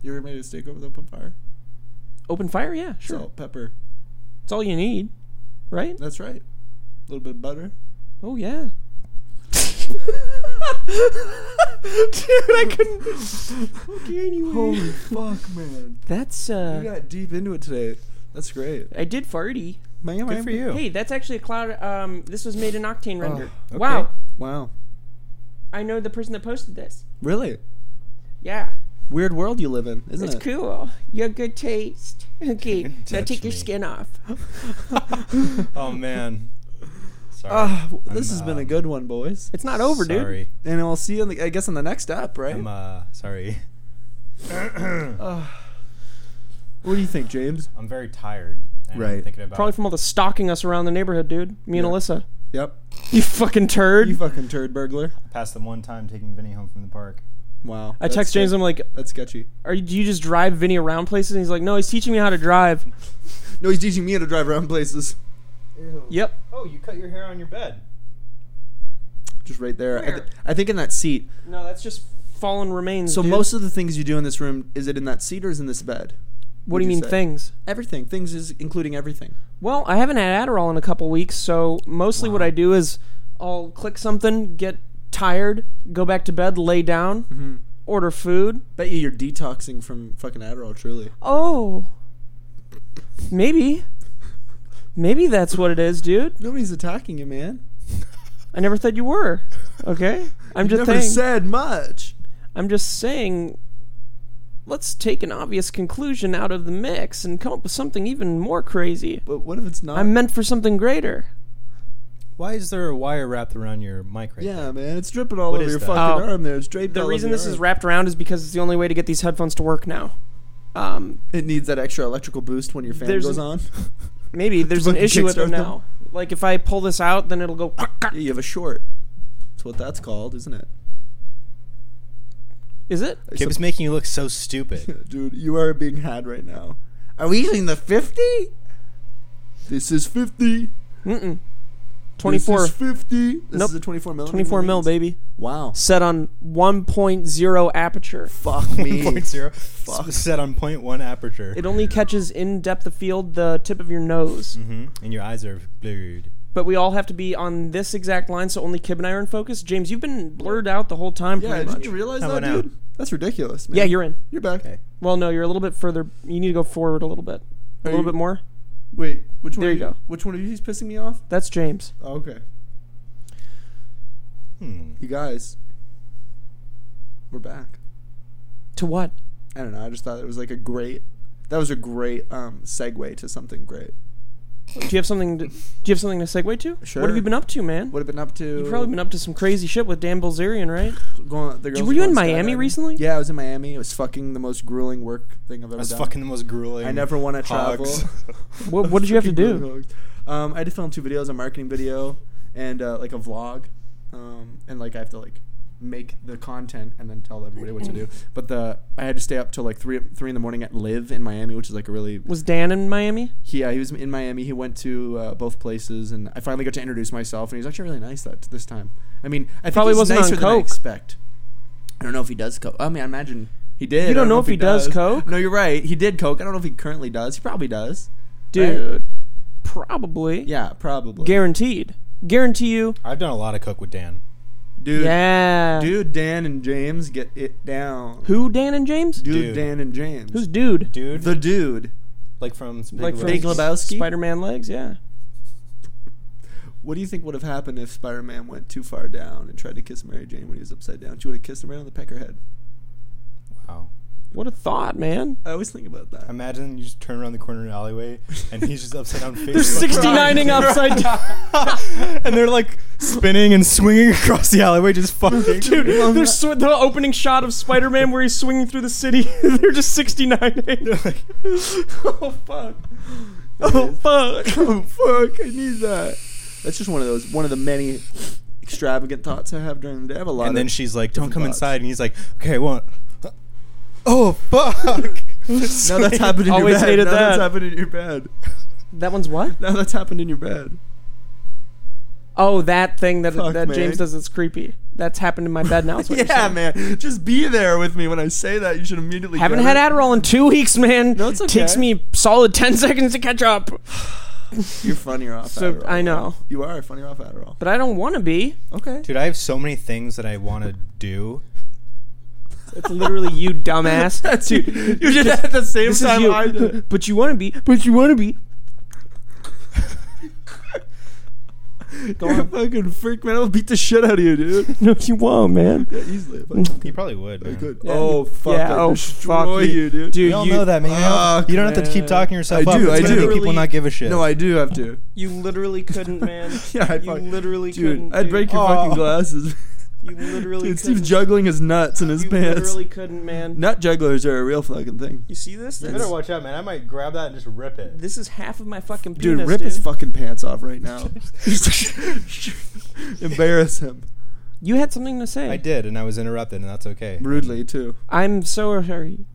C: You ever made a steak over the open fire?
A: Open fire. Yeah, sure.
C: Salt, pepper.
A: It's all you need, right?
C: That's right. A little bit of butter.
A: Oh yeah. Dude, I couldn't. Okay, anyway. [LAUGHS]
C: Holy fuck, man!
A: That's
C: You
A: uh.
C: got deep into it today. That's great.
A: I did farty.
E: Good for
C: Oh.
E: you.
A: Hey, that's actually a cloud. Um, this was made in Octane render.
E: okay.
A: Wow,
C: Wow.
A: I know the person that posted this.
C: Really?
A: Yeah,
C: Weird world you live in, isn't
A: it's
C: it?
A: cool. You have good
C: [LAUGHS]
A: taste. Okay, now
B: touch
A: take your
B: me.
A: skin off.
C: [LAUGHS]
A: [LAUGHS]
B: Oh man. Sorry.
C: Ah, w- this
B: I'm,
C: has been a
B: um,
C: good one, boys.
A: It's not over, dude.
B: Sorry.
C: And we'll see you, in the, I guess, on the next app, right?
B: I'm uh sorry.
C: what do you think, James?
B: I'm very tired. and
C: Right.
B: Thinking about
A: Probably from all the stalking us around the neighborhood, dude. Me and
C: Yeah.
A: Alyssa.
C: Yep.
A: You fucking turd.
C: You fucking turd burglar.
B: past the one time taking Vinny home from the park.
C: Wow.
A: I text James. I'm like,
C: That's sketchy.
A: "Are you, do you just drive Vinny around places?" And he's like, "No, he's teaching me how to drive."
C: No, he's teaching me how to drive around places.
A: yep.
B: Oh, you cut your hair on your bed.
C: Just right there. I,
A: Where?
C: th- I think in that seat.
A: No, that's just fallen remains.
C: So
A: dude.
C: most of the things you do in this room, is it in that seat or is it in this bed?
A: What do you
C: would you
A: mean
C: say?
A: things?
C: Everything. Things is including everything.
A: Well, I haven't had Adderall in a couple weeks, so mostly what I do is I'll click something, get tired, go back to bed, lay down,
C: Mm-hmm.
A: order food.
C: Bet you you're detoxing from fucking Adderall, truly.
A: Oh, maybe, maybe that's what it is, dude.
C: Nobody's attacking you, man.
A: I never said you were. Okay, I'm
C: You
A: just
C: never
A: saying.
C: said much.
A: I'm just saying. Let's take an obvious conclusion out of the mix and come up with something even more crazy.
C: But what if it's not?
A: I'm meant for something greater.
B: Why is there a wire wrapped around your mic right
C: yeah, man. It's dripping all
B: What
C: over
B: is
C: your
B: that?
C: fucking
A: Oh.
C: arm there. It's draped
A: The
C: all
A: reason
C: over
A: this
C: your
A: is
C: arm.
A: wrapped around is because it's the only way to get these headphones to work now. Um,
C: It needs that extra electrical boost when your fan
A: There's
C: goes
A: an-
C: on.
A: [LAUGHS] maybe there's an
C: fucking
A: issue with them
C: kickstart them.
A: now. Like if I pull this out, then it'll go.
C: Yeah, you have a short. That's what that's called, isn't it?
A: Is it?
B: now? Kip is making you look so
C: [LAUGHS]
B: stupid. [LAUGHS]
C: Dude, you are being had right now. Are we using the 50? This is 50.
A: Mm-mm. 24,
C: This is 50. This
A: Nope.
C: is a 24 mil.
A: 24 mil, baby. [LAUGHS]
C: Wow.
A: Set on 1.0 aperture.
C: Fuck me.
B: point zero.
C: Fuck.
B: Set on point one aperture.
A: It only catches in depth of field the tip of your nose.
B: hmm And your eyes are blurred.
A: But we all have to be on this exact line, so only Kib and I are in focus. James, you've been blurred out the whole time,
C: yeah,
A: pretty
C: did
A: much.
C: you realize
B: How
C: that,
B: about now?
C: dude? That's ridiculous, man.
A: yeah, you're in.
C: You're back.
B: Okay.
A: Well, no, you're a little bit further. You need to go forward a little bit. A
C: Are
A: little
C: you-
A: bit more.
C: Wait, which one?
A: There
C: of
A: you go.
C: Which one of you is pissing me off?
A: That's James.
C: Oh, okay.
B: Hmm.
C: You guys, we're back.
A: To what?
C: I don't know. I just thought it was like a great. That was a great um, segue to something great.
A: Do you have something? To, do you have something to segue to?
C: Sure.
A: What have you been up to, man?
C: What have been up to?
A: You've probably been up to some crazy shit with Dan Bilzerian,
C: [LAUGHS]
A: right?
C: Going, the girls
A: were you
C: going
A: in Miami
C: skydiving.
A: recently?
C: Yeah, I was in Miami. It was fucking the most grueling work thing I've ever
B: That's
C: done. [LAUGHS]
B: fucking the most grueling.
C: I never want to travel.
B: hogs.
A: What, what did you have to do?
C: Um, I had to film two videos, a marketing video and uh, like a vlog, um, and like I have to like make the content and then tell everybody what
A: [LAUGHS]
C: to do. But the I had to stay up till like three three in the morning at Live in Miami, which is like a really
A: Was Dan in Miami?
C: he, yeah, he was in Miami. He went to uh, both places, and I finally got to introduce myself. And he's actually really nice that this time. I mean, I think
A: Probably
C: he's
A: wasn't on
C: nicer than I
A: coke.
C: expect. I don't know if he does coke. I mean, I imagine he He did.
A: You
C: I
A: don't know if he does coke?
C: No, you're right. He did coke. I don't know if he currently does. He probably does.
A: dude. Probably.
C: Yeah, probably.
A: Guaranteed. Guarantee you.
B: [LAUGHS] I've done a lot of coke with Dan.
C: dude,
A: yeah.
C: dude, Dan and James get it down.
A: Who? Dan and James?
C: Dude,
B: Dude.
C: Dan and James.
A: Who's dude?
B: Dude,
C: the dude?
B: like from Big
A: Like
B: Lebowski.
A: from
C: Big Lebowski.
A: Spider-Man legs. Yeah.
C: What do you think would have happened if Spider-Man went too far down and tried to kiss Mary Jane when he was upside down? She would have kissed him right on the peckerhead.
B: Wow.
A: What a thought,
C: [LAUGHS]
A: man.
C: I always think about that.
B: Imagine you just turn around the corner in an alleyway and he's just upside
C: [LAUGHS]
B: down face.
A: They're 69ing upside down.
B: [LAUGHS] and they're like spinning and swinging across the alleyway,
C: [LAUGHS]
B: just fucking.
A: Dude, there's sw- the opening shot of Spider-Man where he's swinging through the city. [LAUGHS] They're just
C: [LAUGHS]
A: 69ing.
C: oh fuck!
A: oh fuck.
C: [LAUGHS] Oh [LAUGHS] fuck! I need that. That's just one of those, one of the many extravagant thoughts I have during the day. I have a lot.
B: and then
C: of-
B: she's like, "Don't
C: different
B: come
C: thoughts.
B: inside," and he's like, "Okay, I won't." Oh [LAUGHS] fuck!
A: [LAUGHS]
C: [LAUGHS] now that's happened in
A: Always
C: your bed.
A: hated
C: now that's
A: that.
C: happened in your bed.
A: That one's what?
C: Now that's happened in your bed.
A: Oh, that thing that
C: Fuck,
A: that
C: man.
A: James does that's creepy. That's happened in my bed now. is
C: [LAUGHS]
A: what you're
C: yeah,
A: saying.
C: man. Just be there with me when I say that. You should immediately.
A: Haven't
C: get
A: had
C: it.
A: Adderall in two weeks, man.
C: No, it's okay.
A: Takes me solid ten [LAUGHS] seconds to catch up.
C: You're funnier off.
A: So,
C: Adderall,
A: I know.
C: though. you are funnier off Adderall.
A: But I don't want to be.
C: Okay.
B: Dude, I have so many things that I want to do.
A: It's literally you, [LAUGHS] dumbass.
C: That's you. You did that at the same
A: This is
C: time I did.
A: you. But you want to be. But you want to be. Go
C: You're a
A: on.
C: fucking freak, man. I'll beat the shit out of you,
A: [LAUGHS]
C: dude.
A: No, you won't, man.
C: Yeah, easily. if I
B: You probably would. Man.
C: could.
A: Yeah.
C: Oh fuck!
A: Yeah,
C: I
A: oh,
C: destroy
A: fuck you.
C: you, dude.
A: Dude,
B: You all
A: you,
B: know that, man. You don't-
C: Fuck,
B: You don't, have to keep
A: man.
B: talking yourself
C: I
B: up.
C: do,
B: It's
C: I
B: gonna
C: do.
B: make People not give a shit.
C: No, I do have to.
A: You literally couldn't, man.
C: [LAUGHS] Yeah, I
A: you
C: fuck-
A: literally
C: Dude,
A: couldn't.
C: I'd break your
B: Oh.
C: fucking glasses.
A: You [LAUGHS] literally
C: Dude,
A: couldn't.
C: Steve's juggling his nuts in his
A: you
C: pants.
A: literally couldn't, man.
C: Nut jugglers are a real fucking thing.
A: You see this? This,
B: watch out, man. I might grab that and just rip it.
A: this is half of my fucking
C: Dude,
A: penis,
C: rip his fucking pants off
A: [LAUGHS]
C: right now. [LAUGHS] Embarrass him.
A: You had something to say.
B: I did, and I was interrupted, and that's okay.
C: Rudely, too.
A: I'm so sorry.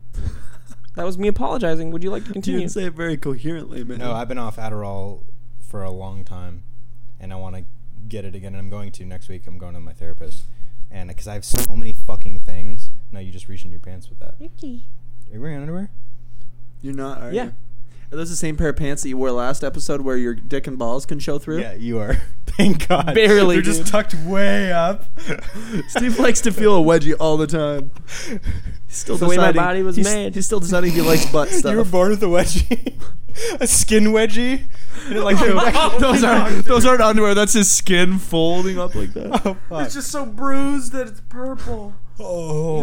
A: That was me apologizing. Would you like to
C: You
A: continue?
C: didn't say it very coherently, man.
B: No, I've been off Adderall for a long time, and I want to get it again. And I'm going to next week. I'm going to my therapist, and because I have so many fucking things. No, you just reached in your pants with that. Are
A: Ricky.
B: you wearing underwear?
C: You're not, are
A: Yeah.
C: you? Are those the same pair of pants that you wore last episode where your dick and balls can show through?
B: Yeah, you are. [LAUGHS] Thank God.
A: Barely,
B: They're
A: dude.
B: just tucked way up. [LAUGHS]
C: Steve likes to feel a wedgie all
A: [LAUGHS]
C: the time. He's still
A: It's the way my
C: deciding-
A: body was
C: he's,
A: made.
C: He's still deciding if he likes butt
A: [LAUGHS]
C: stuff.
B: You were born with a wedgie, [LAUGHS] a skin wedgie. And it, like
A: [LAUGHS]
C: [LAUGHS] those aren't those aren't underwear. That's his skin folding up like that.
A: [LAUGHS]
B: Oh, fuck.
A: just so bruised that it's purple.
B: Oh,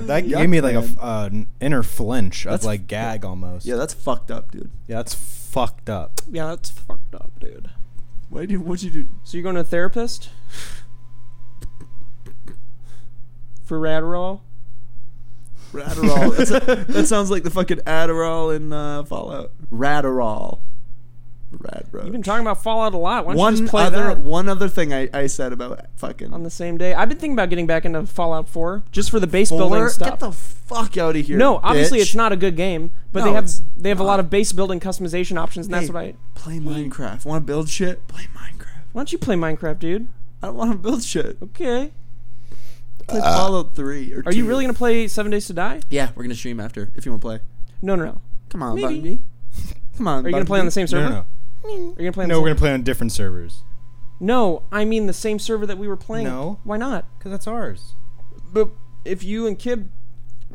A: Ewy,
B: that
A: ewy.
B: gave me like a
C: Yuck,
B: f- uh, an inner flinch of
C: That's-
B: like gag almost.
C: Yeah, that's fucked up, dude.
B: yeah, that's fucked up.
A: Yeah, that's fucked up, dude.
C: Why do what'd you do?
A: So you're going to a therapist? For Adderall?
C: Adderall. That's a- that sounds like the fucking Adderall in uh, Fallout. Radderall. Rad bro.
A: You've been talking about Fallout a lot. Why don't you
C: one
A: just play
C: other
A: that
C: one other thing I, I said about fucking
A: on the same day? I've been thinking about getting back into Fallout 4 just for the base building
C: Fuller.
A: stuff.
C: Get the fuck out of here.
A: no, obviously
C: bitch.
A: it's not a good game, but
C: No,
A: they have
C: it's
A: they have a lot
C: not.
A: of base building customization options, and that's
C: Hey,
A: what I.
C: play Minecraft. Want to build shit? Play Minecraft.
A: Why don't you play Minecraft, dude?
C: I don't want to build shit.
A: Okay.
C: Play Fallout Three or
A: Are you
C: two.
A: really gonna play Seven Days to Die?
C: Uh, Yeah, we're gonna stream after if you want to play.
A: No, no, no.
C: Come on,
A: Maybe.
C: Bungie. [LAUGHS] Come on.
A: Are you gonna play on the same
B: No,
A: server?
B: no, no.
A: Are you gonna play on
B: No,
A: the
B: we're
A: same?
B: gonna play on different servers.
A: No, I mean the same server that we were playing.
B: No.
A: Why not?
B: Cause that's ours.
A: But if you and Kib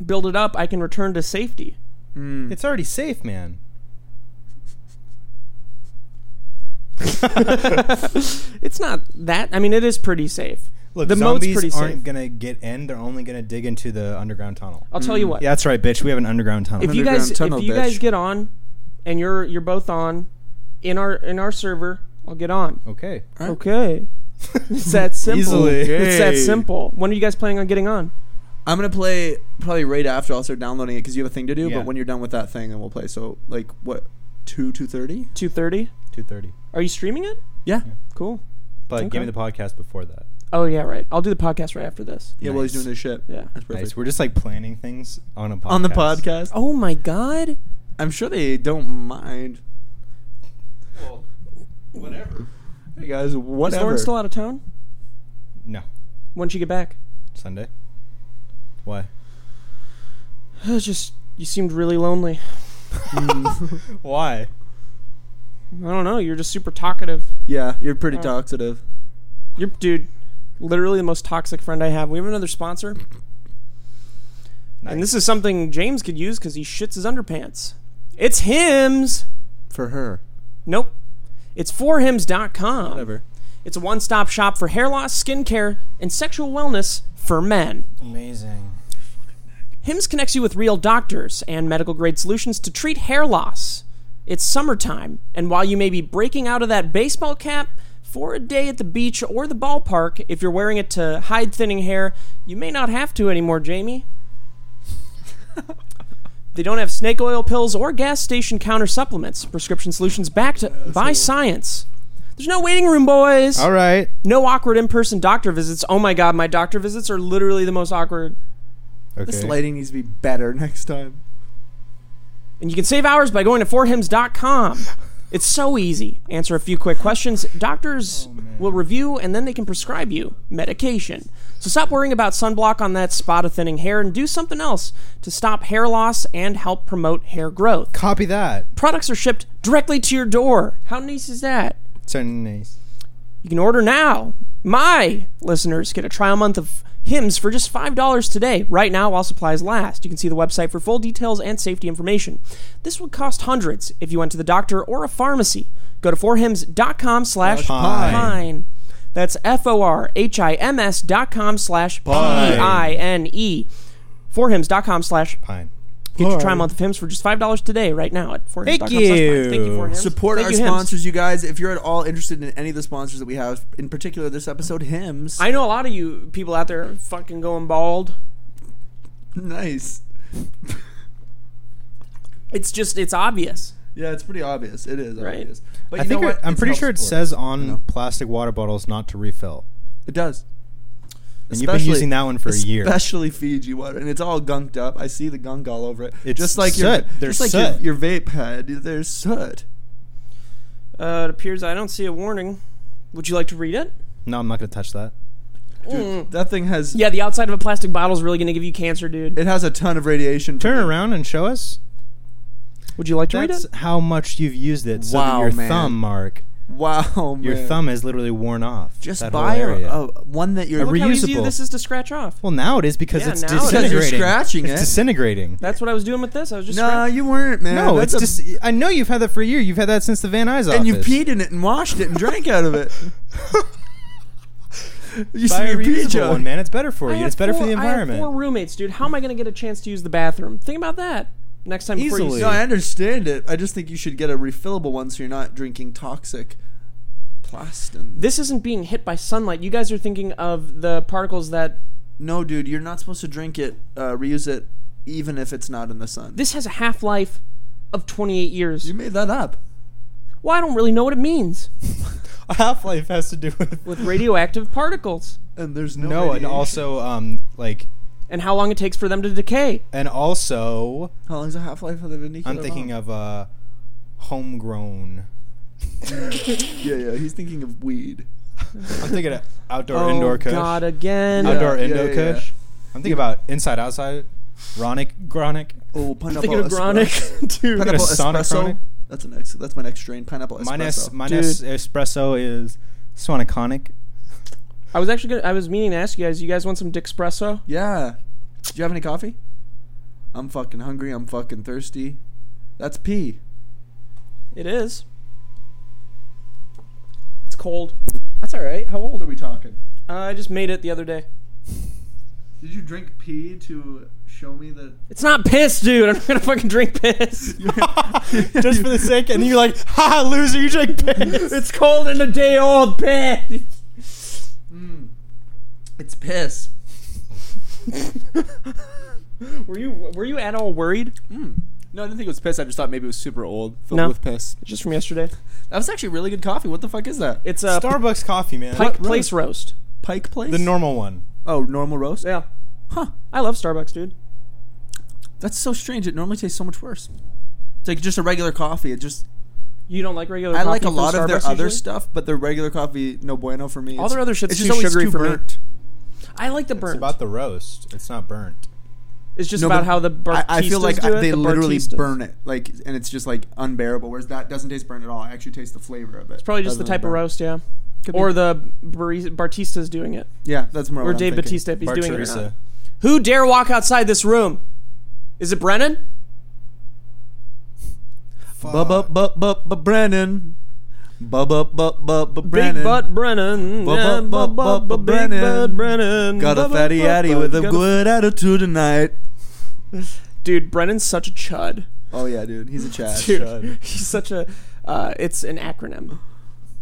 A: build it up, I can return to safety.
B: Mm. It's already safe, man.
A: It's not that. I mean, it is pretty safe.
B: Look,
A: the mode's
B: zombies
A: pretty
B: aren't
A: safe.
B: gonna get in. They're only gonna dig into the underground tunnel.
A: I'll tell you what.
B: Yeah, that's right, bitch. We have an underground tunnel.
A: if you
C: Underground
A: guys
C: tunnel,
A: if you guys
C: bitch.
A: get on and you're you're both on in our in our server i'll get on
B: okay.
A: okay [LAUGHS] it's that simple
B: Easily.
A: it's that
C: Okay.
A: simple when are you guys planning on getting on
C: I'm gonna play probably right after I'll start downloading it because you have a thing to do.
B: Yeah.
C: But when you're done with that thing, then we'll play. So like what, two two thirty?
A: 2.30
B: Two thirty.
A: are you streaming it
C: Yeah.
A: cool
B: But
A: Okay.
B: give me the podcast before that.
A: oh yeah right i'll do the podcast right after this
C: Yeah, while he's
B: Nice.
C: doing this shit.
A: Yeah.
C: That's perfect.
B: Nice. We're just like planning things on a podcast.
C: On the podcast,
A: oh my god
C: I'm sure they don't mind.
B: Well, whatever.
C: Hey guys,
A: is
C: whatever.
A: lauren still out of town
B: No.
A: [SIGHS] when she get back
B: Sunday. Why?
A: just you seemed really lonely.
B: Why?
A: I don't know. You're just super talkative.
C: Yeah, you're pretty
A: Oh.
C: toxic.
A: You're dude, literally the most toxic friend I have. We have another sponsor,
B: Nice.
A: and this is something James could use because he shits his underpants. It's Hims.
C: For her.
A: Nope. It's forhims.com.
C: Whatever.
A: It's a one-stop shop for hair loss, skincare, and sexual wellness for men.
B: amazing.
A: Hims connects you with real doctors and medical grade solutions to treat hair loss. It's summertime, and while you may be breaking out of that baseball cap for a day at the beach or the ballpark, if you're wearing it to hide thinning hair, you may not have to anymore, Jamie. they don't have snake oil pills or gas station counter supplements. Prescription solutions backed by science. There's no waiting room, boys.
B: All right.
A: No awkward in person doctor visits. Oh my god, my doctor visits are literally the most awkward.
B: Okay.
C: This lighting needs to be better [LAUGHS] next time.
A: And you can save hours by going to forhims.com. It's so easy. Answer a few quick questions. Doctors will review and then they can prescribe you medication. So stop worrying about sunblock on that spot of thinning hair and do something else to stop hair loss and help promote hair growth.
B: Copy that.
A: Products are shipped directly to your door. How nice is that?
B: So nice.
A: You can order now. My listeners get a trial month of hymns for just $5 today, right now while supplies last. You can see the website for full details and safety information. This would cost hundreds if you went to the doctor or a pharmacy. Go to forhims.com slash
B: Pine.
A: pine. That's F-O-R-H-I-M-S dot com slash P-I-N-E. Forhims.com E. slash
B: Pine.
A: Get your trial month of hymns for just $5 today, right now at forhims.com slash
B: Thank
A: pine. Thank you,
B: you.
A: Forhims.
C: Support
A: Thank
C: our
A: you, Hims.
C: sponsors, you guys. If you're at all interested in any of the sponsors that we have, in particular this episode, hymns.
A: I know a lot of you people out there are fucking going bald.
C: [LAUGHS] nice.
A: It's just it's obvious.
C: Yeah, it's pretty obvious. It is
A: Right.
C: obvious. But
B: I
C: you
B: think
C: know
B: it-
C: what?
B: I'm
C: It's
B: pretty
C: health
B: sure it
C: support.
B: says
C: I
B: on
C: know.
B: plastic water bottles not to refill.
C: it does.
B: And you've been using that one for a year.
C: Especially Fiji water, and it's all gunked up. I see the gunk all over it.
B: It's
C: just like
B: soot.
C: your,
B: There's
C: just like
B: soot.
C: Your, your vape head. There's soot.
A: Uh, it appears I don't see a warning. Would you like to read it?
B: No, I'm not gonna touch that.
C: Dude, that thing has.
A: Mm. Yeah, the outside of a plastic bottle is really going to give you cancer, dude.
C: It has a ton of radiation.
B: Turn around and show us.
A: Would you like to read
B: That's
A: it?
B: how much you've used it. So that
C: Wow,
B: your
C: man.
B: thumb mark,
C: Wow, man.
B: your thumb is literally worn off.
C: Just
B: that whole
C: buy a,
B: area.
C: a one that you're.
B: A
A: Look how easy
B: reusable.
A: this is to scratch off.
B: Well, now it is because
A: Yeah,
B: it's
A: now it is.
B: disintegrating.
A: Because
C: you're scratching
B: it's
C: it.
B: disintegrating.
A: That's what I was doing with this. I was just
C: no, you weren't, man.
B: no,
C: That's
B: it's
C: a-
B: just. I know you've had that for a year. You've had that since the Van Nuys office.
C: and you peed in it and washed it and drank
B: [LAUGHS]
C: out of it.
B: Buy
C: you see
B: a
C: your pee
B: reusable
C: jug.
B: one, man. It's better for
A: I
B: you.
A: had
B: It's better for
A: four-
B: the environment.
A: I had four roommates, dude. How am I going to get a chance to use the bathroom? Think about that next time. before you
B: Easily.
A: see-
C: No, I understand it. I just think you should get a refillable one so you're not drinking toxic plastin.
A: This isn't being hit by sunlight. You guys are thinking of the particles that.
C: no, dude, you're not supposed to drink it, uh, reuse it, even if it's not in the sun.
A: This has a half life of 28 years.
C: you made that up.
A: Well, I don't really know what it means
B: [LAUGHS] Half Life has to do with
A: with radioactive particles
C: And there's no.
B: no, and
C: radiation.
B: also um like
A: and how long it takes for them to decay.
B: and also
C: How long's the half life of the vindicator?
B: I'm thinking of uh homegrown.
C: Yeah, yeah. He's thinking of weed.
B: I'm thinking
C: [LAUGHS]
B: of outdoor
A: oh
B: indoor kush.
A: God, again. [LAUGHS]
C: Yeah.
B: outdoor
C: yeah,
B: indoor
C: yeah, yeah.
B: kush. I'm thinking about inside outside. Ronic gronic.
C: Oh, pineapple
A: Thinking of
C: espresso. [LAUGHS]
A: Gronic, [LAUGHS] dude.
B: Thinking
C: Pineapple
B: of Sonic
C: espresso.
B: Chronic.
C: That's an ex- That's my next strain. Pineapple espresso.
B: Minus minus espresso is swaniconic.
A: I was actually gonna, I was meaning to ask you guys. You guys want some Dixpresso?
C: Yeah. Do you have any coffee? I'm fucking hungry. I'm fucking thirsty. That's pee.
A: It is. It's cold.
C: That's all right. How old are we talking?
A: Uh, I just made it the other day.
C: Did you drink pee to show me [LAUGHS] that?
A: It's not piss, dude. I'm not gonna fucking drink
C: [LAUGHS]
A: piss.
B: Just for the sake and you're like, ha loser, you drink piss.
A: it's cold and a day old piss.
C: It's piss.
A: Were you were you at all worried?
C: No, I didn't think it was piss. I just thought maybe it was super old, filled
A: No.
C: with piss.
A: Just from yesterday.
C: That was actually really good coffee. What the fuck is that?
A: It's a
B: Starbucks coffee, man.
A: Pike
C: What
A: Place roast.
C: Pike Place.
B: The normal one.
C: Oh, normal roast.
A: Yeah.
C: Huh.
A: I love Starbucks, dude.
C: That's so strange. It normally tastes so much worse. It's like just a regular coffee. It just.
A: You don't like regular.
C: I like
A: coffee from
C: a lot of their
A: Starbucks
C: other
A: usually?
C: stuff, but their regular coffee, no bueno for me.
A: All
C: It's-
A: their other shit's
C: it's
A: too
C: just always
A: sugary
C: too
A: for me.
C: burnt.
A: I like the burnt.
B: It's about the roast. It's not burnt.
A: It's just
C: No,
A: about
C: but
A: how the Bartistas
C: I, I feel like
A: do
C: I-
A: it,
C: they
A: the
C: literally
A: Bartistas.
C: burn it, like, and it's just like unbearable. Whereas that doesn't taste burnt at all. I actually taste the flavor of it. It's
A: Probably just the type of roast, yeah.
C: Could be.
A: Or the Bari- Bartista's doing it.
C: Yeah, that's more.
A: Or
C: what I'm
A: Dave
C: thinking.
A: Batista if he's doing it or not.
B: Barteresa.
A: Who dare walk outside this room? Is it Brennan?
C: Bub up, bub bub bub Brennan. Bub up, bub bub bub
A: Big
C: Brennan.
A: butt Brennan.
C: Bup,
A: Yeah,
C: bup, bup,
A: bup,
C: bup,
A: bup, big
C: Brennan.
A: butt Brennan.
C: Got a
A: Bup, bup,
C: fatty
A: bup,
C: addy
A: bup.
C: with a
A: Got
C: good attitude tonight.
A: Dude, Brennan's such a chud.
C: Oh yeah, dude, [LAUGHS] he's a Chad.
A: Dude, [LAUGHS]
B: chud.
A: he's such a. Uh, it's an acronym.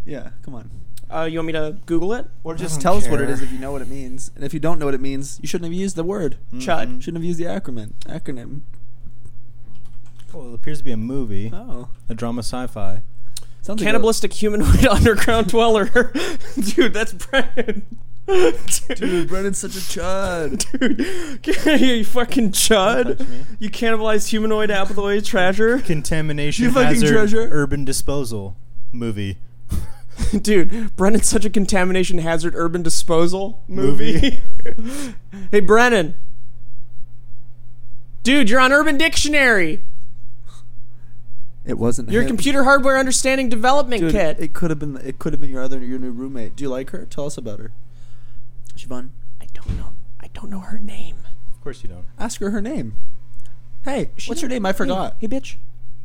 C: Yeah, come on.
A: Uh, you want me to Google it?
C: Or
B: don't
C: just tell us what it
B: care.
C: is if you know what it means, and if you don't know what it means, you shouldn't have used the word.
B: Mm-hmm.
A: Chud.
C: Shouldn't have used the acronym. Acronym.
B: Well, it appears to be a movie,
C: Oh,
B: a drama sci-fi.
C: sounds like a-
A: Cannibalistic humanoid [LAUGHS] underground dweller. [LAUGHS] Dude, that's Brennan.
C: Dude, Brennan's such a chud.
A: Dude, you fucking chud.
B: touch me.
A: You cannibalized humanoid apathoid treasure. [LAUGHS]
B: Contamination
C: You fucking
B: hazard,
C: treasure.
B: urban disposal movie.
A: Dude, Brennan's such a contamination hazard urban disposal movie. [LAUGHS] hey, Brennan. Dude, you're on Urban Dictionary.
C: [LAUGHS] It wasn't.
A: Your
C: him.
A: computer hardware understanding development
C: Dude,
A: kit.
C: It could have been. It could have been your other your new roommate. Do you like her? Tell us about her. Siobhan,
A: I don't know. I don't know her name.
B: Of course you don't.
C: ask her her name. Hey, what's your name? I forgot.
A: Hey, bitch.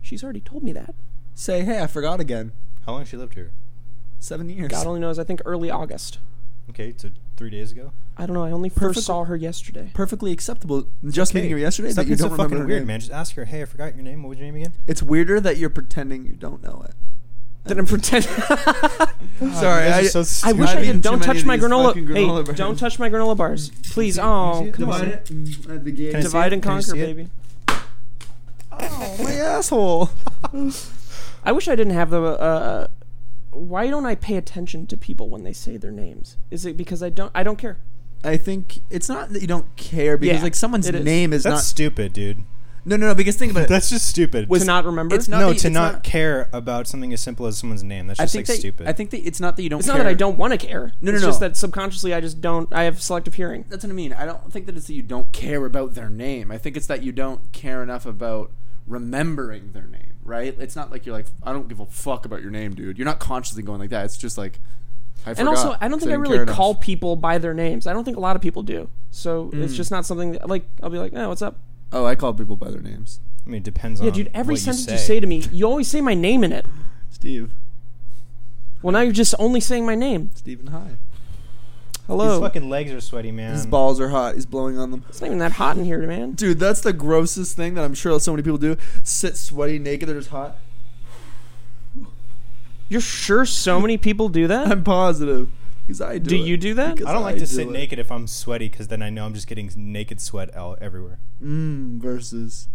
A: She's already told me that.
C: Say, hey, I forgot again.
B: How long has she lived here?
C: Seven years.
A: God only knows. I think early August.
B: Okay, so three days ago.
A: I don't know. I only first
C: Perfect-
A: saw her
C: [LAUGHS]
A: yesterday.
C: Perfectly acceptable. Just meeting her yesterday,
B: Stop
C: that you
B: being
C: don't
B: so
C: remember
B: fucking
C: her
B: weird,
C: name.
B: man. Just ask her. Hey, I forgot your name. What was your name again?
C: It's weirder that you're pretending you don't know it.
A: Then I'm pretending.
C: Sorry,
B: you guys
C: I-
B: are so
C: I
A: I
B: stupid.
A: wish
C: I've
A: I
C: eaten
A: did. Don't
C: too many
A: touch
C: of
A: my
C: these
A: granola.
C: fucking
A: hey,
C: granola bars.
A: don't touch my granola
C: [LAUGHS]
A: bars, please. Oh,
B: it?
A: come
B: Divide
A: on.
B: it?
C: Mm,
B: Can I see
A: Divide
B: it?
A: and
B: Can you
A: conquer,
B: see it?
A: baby.
C: Oh, my asshole.
A: I wish I didn't have the. Uh, why don't I pay attention to people when they say their names? Is it because I don't? I don't care.
C: I think it's not that you don't care because
A: Yeah,
C: like someone's
A: it is.
C: name is
B: That's
C: not.
B: stupid, dude.
C: no, no, no. Because think about
B: [LAUGHS]
C: it.
B: That's just stupid.
A: to not remember.
C: it's not
B: no,
C: that-
B: to
C: it's
B: not,
C: not-
B: care about something as simple as someone's name. That's
C: I
B: just
C: think
B: like
C: that,
B: stupid.
C: I think that it's not that you don't.
A: It's
C: care.
A: not that I don't want to care.
C: No, no,
A: it's
C: no.
A: just that subconsciously I just don't. I have selective hearing.
C: That's what I mean. I don't think that it's that you don't care about their name. I think it's that you don't care enough about remembering their name. Right? It's not like you're like I don't give a fuck about your name, dude. You're not consciously going like that. It's just like. I
A: And also, I don't think I really call people by their names. I don't think a lot of people do. So
C: Hmm.
A: it's just not something that, like I'll be like, "Oh, what's up?"
C: Oh, I call people by their names.
B: I mean, it depends on
A: Yeah, dude. Every
B: what
A: sentence Um,
B: you say.
A: you say. to me, you always say my name in it.
C: Steve,
A: Well, now you're just only saying my name.
C: Steven, hi.
A: Hello.
B: His fucking legs are sweaty, man.
C: His balls are hot. He's blowing on them.
A: it's not even that hot in here, man.
C: Dude, that's the grossest thing that I'm sure so many people do. Sit sweaty, naked, they're just hot. [LAUGHS]
A: You're sure so many people do that?
C: I'm positive. Because I do.
A: Do
C: it.
A: you do that?
C: Because
B: I don't like to
C: do
B: sit
C: it.
B: naked if I'm sweaty because then I know I'm just getting naked sweat all everywhere.
C: Mm, versus.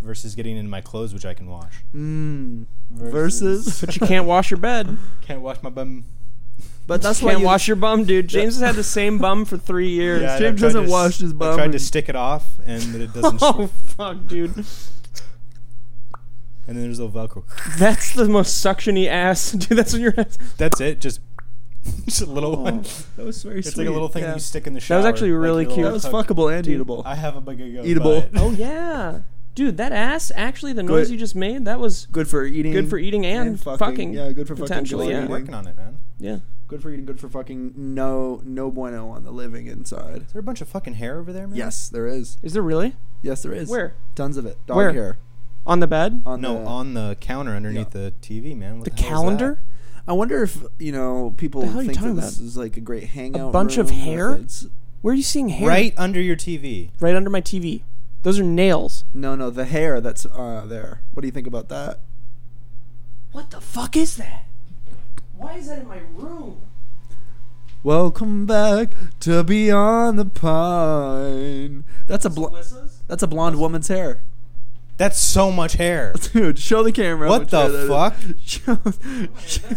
B: Versus getting in my clothes, which I can wash.
C: Mm.
B: [LAUGHS]
C: Versus.
A: but you can't wash your bed. [LAUGHS]
B: Can't wash my bum.
C: But that's why
A: can't
C: you
A: wash your bum, dude. James has had the same bum for [LAUGHS] three years.
B: Yeah, and
C: Jim
B: I've tried
C: doesn't
B: to
C: wash
B: s-
C: his bum
B: I tried to
C: and-
B: stick it off, and
C: [LAUGHS]
B: it
A: [LAUGHS]
B: doesn't.
A: Oh
B: and
A: fuck, dude.
B: then there's a little Velcro.
A: That's the most suctiony ass, [LAUGHS] dude. That's when you're. That
B: That's it. Just, [LAUGHS] just a little
C: [LAUGHS] Oh,
B: one.
C: That was very
B: It's
C: sweet.
B: like a little thing
A: yeah.
B: that you stick in the shower.
A: was actually
B: like
A: really
B: your
A: cute.
B: little
C: That was
B: tuck.
C: fucking and
A: Dude,
C: eatable.
B: I have a big go.
C: Eatable. [LAUGHS]
B: but-
A: oh yeah, dude. That ass. Actually, the noise
C: Good.
A: you just made. That was
C: Good for eating.
A: good for eating and, fucking,
C: Yeah, good for fucking.
A: potentially,
C: good for
A: yeah.
B: I'm
C: eating.
B: working on it, man.
A: Yeah.
C: Good for eating. Good for fucking. No, no bueno on the living inside.
B: Is there a bunch of fucking hair over there, man?
C: Yes, there is.
A: Is there really
C: Yes, there is.
A: Where?
C: Tons of it. Dog
A: Where?
C: hair.
A: on the bed?
C: On
B: No,
C: the,
B: on the counter underneath the TV, man. What
A: the
B: hell is that?
A: calendar?
C: I wonder if you know people
A: The hell are you
C: think that
A: talking
C: this
A: about?
C: is like a great hangout.
A: bunch of
C: room, or if
A: hair?
C: it's-
A: Where are you seeing hair?
B: Right under your TV.
A: right under my TV. Those are nails.
C: No, no, the hair that's uh, there. What do you think about that?
A: What the fuck is that? Why is that in my room?
C: Welcome back to Beyond the Pine. That's a bl- that's a blonde woman's hair. [LAUGHS]
B: That's so much hair.
C: Dude, show the camera.
B: What
C: which
B: the
C: hair that is.
B: fuck?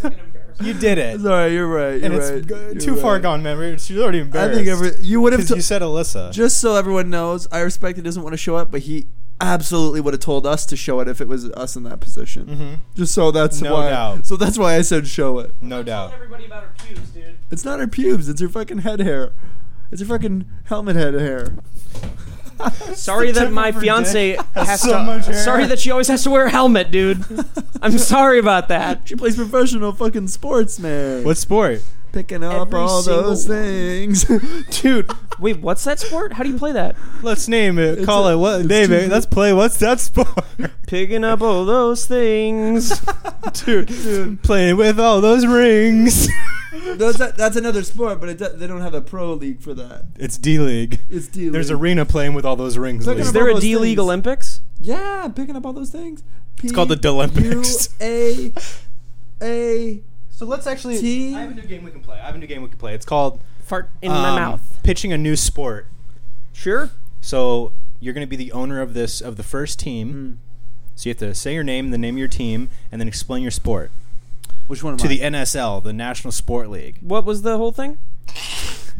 C: [LAUGHS] Show.
B: You did
C: [LAUGHS]
B: it.
C: Sorry, you're right. You're
B: and it's
C: right,
B: go-
C: you're
B: too far
C: right.
B: gone, man. We're- She's already
C: I
B: embarrassed.
C: think every you would have
B: Because you said Alyssa.
C: just so everyone knows. I respect he doesn't want to show it, but he absolutely would have told us to show it if it was us in that position.
B: hmm
C: Just so that's
B: No
C: why.
B: doubt.
C: So that's why I said show it.
B: No doubt.
A: everybody about her pubes, dude.
C: It's not her pubes. It's her fucking head hair. It's her fucking helmet head hair.
A: Sorry that my fiance has
B: so
A: to.
B: much hair.
A: Sorry that she always has to wear a helmet, [LAUGHS] dude. I'm sorry about that.
C: She plays professional fucking sports, man.
B: What sport?
C: picking up
A: Every
C: all those
A: single one.
C: things? [LAUGHS]
B: Dude,
A: Wait, what's that sport? How do you play that?
B: let's name it.
C: It's
B: Call
C: a-
B: it what?
C: it's
B: Name it.
C: too-
B: Let's play. What's that sport?
C: [LAUGHS]
A: Picking up all those [LAUGHS] things.
B: Dude, playing with all those rings. [LAUGHS]
C: Those, that, that's another sport, but it, do- they don't have a pro league for that.
B: It's D League.
C: It's D.
B: There's
C: league.
B: arena playing with all those rings.
C: Look at
A: Is
B: Lee.
A: there a
C: Those
A: D League
C: things.
A: Olympics?
C: yeah, picking up all those things.
B: It's called the Dilympics.
C: A A
B: So let's actually.
C: T-
B: I have a new game we can play. I have a new game we can play. It's called
A: Fart in
B: um,
A: my mouth.
B: Pitching a new sport.
A: Sure.
B: So you're going to be the owner of this of the first
A: Hmm.
C: Hmm.
B: team. So you have to say your name, the name of your team, and then explain your sport
C: Which one? Am
B: to
C: I?
B: the NSL, the National Sport League.
A: What was the whole thing?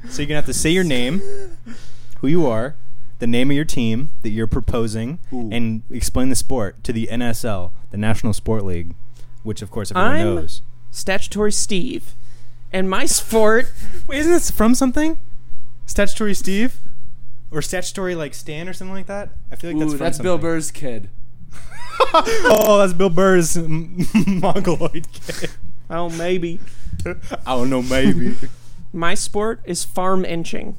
B: So you're gonna have to say your name, who you are, the name of your team that you're proposing,
C: Ooh.
B: and explain the sport to the NSL, the National Sport League, which of course everyone
A: I'm-
B: knows.
A: Statutory Steve. And my sport.
B: Wait, isn't this from something? Statutory Steve, or statutory like Stan or something like that? I feel like
C: Ooh,
B: that's
C: that's,
B: from
C: Bill
B: something.
C: Burr's kid.
B: [LAUGHS] Oh, that's Bill Burr's m- [LAUGHS] mongoloid kid.
A: Oh, maybe.
B: I don't
A: [LAUGHS]
B: know, maybe
A: My sport is farm inching.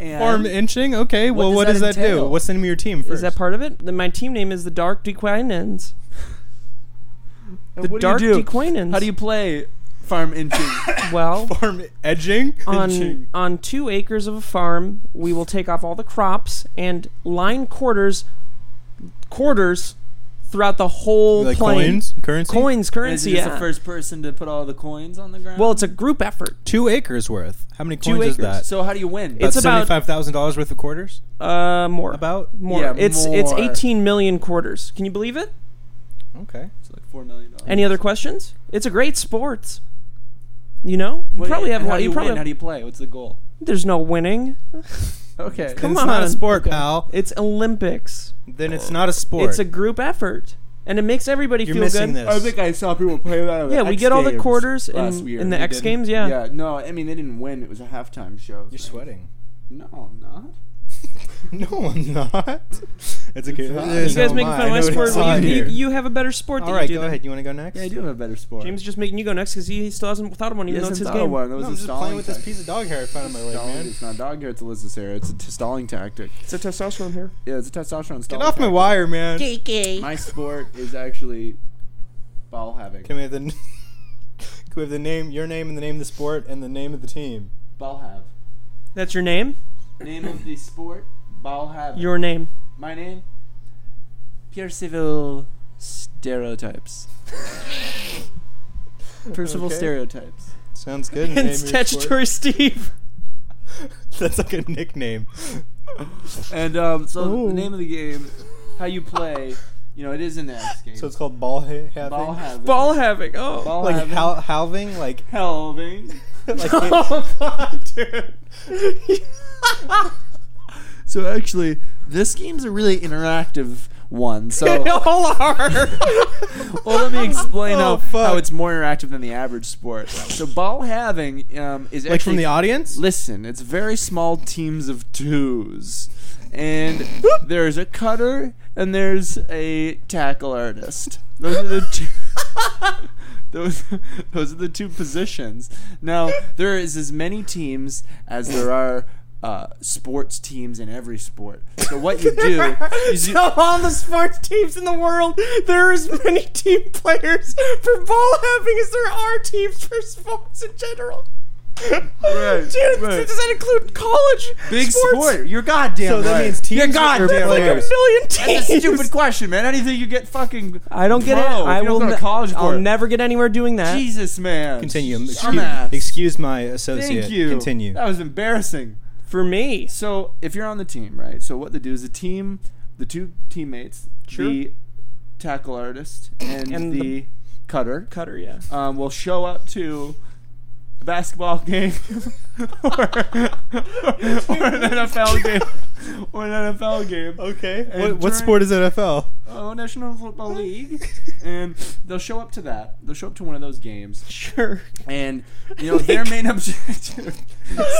C: And
B: arm inching. Okay, well,
C: does
B: what
C: that
B: does that, do?
C: entail?
B: What's the name of your team first?
A: Is that part of it? Then my team name is the Dark Dequinans.
C: and
A: The
C: what do
A: Dark
C: you do?
A: Dequinans.
C: How do you play farm inching?
A: [LAUGHS]
B: [LAUGHS]
A: Well,
B: arm edging?
A: on on two acres of a farm, we will take off all the crops and line quarters, quarters, throughout the whole
B: like
A: plain.
B: coins, currency,
A: coins,
C: Is
A: currency.
C: he
A: Yeah.
C: just the first person to put all the coins on the ground?
A: well, it's a group effort.
B: Two acres worth. How many
C: two
B: coins
C: acres.
B: is that?
C: So how do you win?
A: It's about-
B: seventy-five thousand dollars worth of quarters.
A: Uh, more
B: About
A: more.
C: Yeah,
A: it's it's
C: more.
A: 18 million quarters. Can you believe it?
B: okay.
C: It's like four million dollars.
A: Any other questions? It's a great sport. You know, you
C: What do
A: probably have a
C: and
A: lot.
C: How do you,
A: probably
C: win? How do you play? What's the goal?
A: there's no winning.
C: Okay.
A: Come
B: it's
A: on.
B: not a sport, pal.
A: It's Olympics.
B: Then it's not a sport.
A: It's a group effort, and it makes everybody
B: You're
A: feel
B: missing
A: good.
B: this.
C: I think I saw people play that. on
A: Yeah,
C: the
A: we
C: X
A: get all the
C: Games
A: quarters
C: last
A: in,
C: year.
A: in the
C: They
A: X
C: didn't-
A: Games. Yeah.
C: no, I mean they didn't win. It was a halftime show.
B: You're
C: thing.
B: sweating. [LAUGHS]
C: No, I'm not.
B: No, I'm not. It's okay.
C: not.
B: It is
A: You guys
B: on
A: making
B: mine.
A: fun
B: I
A: of my
B: know
A: sport?
B: it's
A: Well,
B: on
A: you, you,
B: here.
A: you have a better sport.
B: All
A: that
B: right,
A: you do
B: go
A: then.
B: ahead. You want to go next?
C: Yeah, I do have a better sport.
A: James is just making you go next because he still hasn't thought of one,
C: he
A: even though it's
C: hasn't
A: his
C: thought of
A: game.
C: one. That
B: No,
C: was
B: I'm
C: a
B: just playing
C: stalling
B: with this
C: tactic.
B: piece of dog hair I found in my way,
C: Stalling-
B: man.
C: It's not dog hair. It's Elizabeth's hair. It's a t- stalling tactic.
A: It's a testosterone here.
C: Yeah, it's a testosterone
B: Get
C: stalling.
B: off my
C: tactic.
B: wire, man. Can
C: My sport is actually ball having.
B: we have the? [LAUGHS] Can we have the name, your name, and the name of the sport, and the name of the team?
C: Ball have.
A: That's your name.
C: Name of the sport. Ball having.
A: Your name.
C: My name? Pure Civil [LAUGHS] Stereotypes. Percival
B: Okay.
C: Stereotypes.
B: Sounds
C: [LAUGHS]
A: [LAUGHS]
B: good.
A: And
B: Name of your sport.
A: statutory Steve.
B: [LAUGHS]
A: [LAUGHS]
B: That's like a nickname.
C: And um, so
B: Ooh.
C: the name of the game, how you play, you know, it is an X game.
B: So it's called ball ha- having.
C: ball having.
A: Ball having. Oh. [LAUGHS]
C: Ball
B: like
C: having.
B: hal- halving,
C: [LAUGHS]
B: like
C: Halving.
B: like
C: Oh
B: [LAUGHS] dude.
C: [LAUGHS] so actually, this game's a really interactive one. So
A: All are.
C: [LAUGHS] well, let me explain
B: Oh,
C: how,
B: fuck.
C: how it's more interactive than the average sport. So ball having um,
B: [LAUGHS]
C: is
B: like from
C: actually
B: the audience.
C: Listen, it's very small teams of twos. And there's a cutter and there's a tackle artist. Those are the two [LAUGHS] those, those are the two positions. Now, there is as many teams as there are uh, sports teams in every sport. So what you do is
A: [LAUGHS]
C: you
A: so all the sports teams in the world, there are as many team players for ball having as there are teams for sports in general.
C: Right,
A: [LAUGHS] Dude,
C: right.
A: does that include college?
C: big
A: sports?
C: sport. You're goddamn
B: So
C: right.
B: that means teams
A: Yeah, God,
B: or
A: there's like a
B: players.
A: million teams.
C: That's a
A: [LAUGHS]
C: stupid question, man. Anything you get fucking
A: I don't get
C: pro
A: it.
C: if
A: I
C: you don't
A: will
C: go to
A: ne-
C: college for
A: I'll
C: it.
A: never get anywhere doing that.
C: Jesus, man.
B: Continue.
C: Dumbass.
B: Excuse, excuse my associate.
C: Thank you.
B: Continue.
C: That was embarrassing.
A: For me,
C: So if you're on the team, right? So what they do is the team, the two teammates,
A: Sure.
C: the tackle artist and,
A: And
C: the,
A: the-
C: cutter,
A: cutter, yeah. [LAUGHS]
C: um, will show up to [LAUGHS] a basketball game or, or an NFL game or an NFL game.
E: Okay.
C: And
E: What, what
C: during-
E: sport is NFL?
C: Oh, National Football League. and they'll show up to that. They'll show up to one of those games.
E: Sure.
C: And, you know, their main [LAUGHS] objective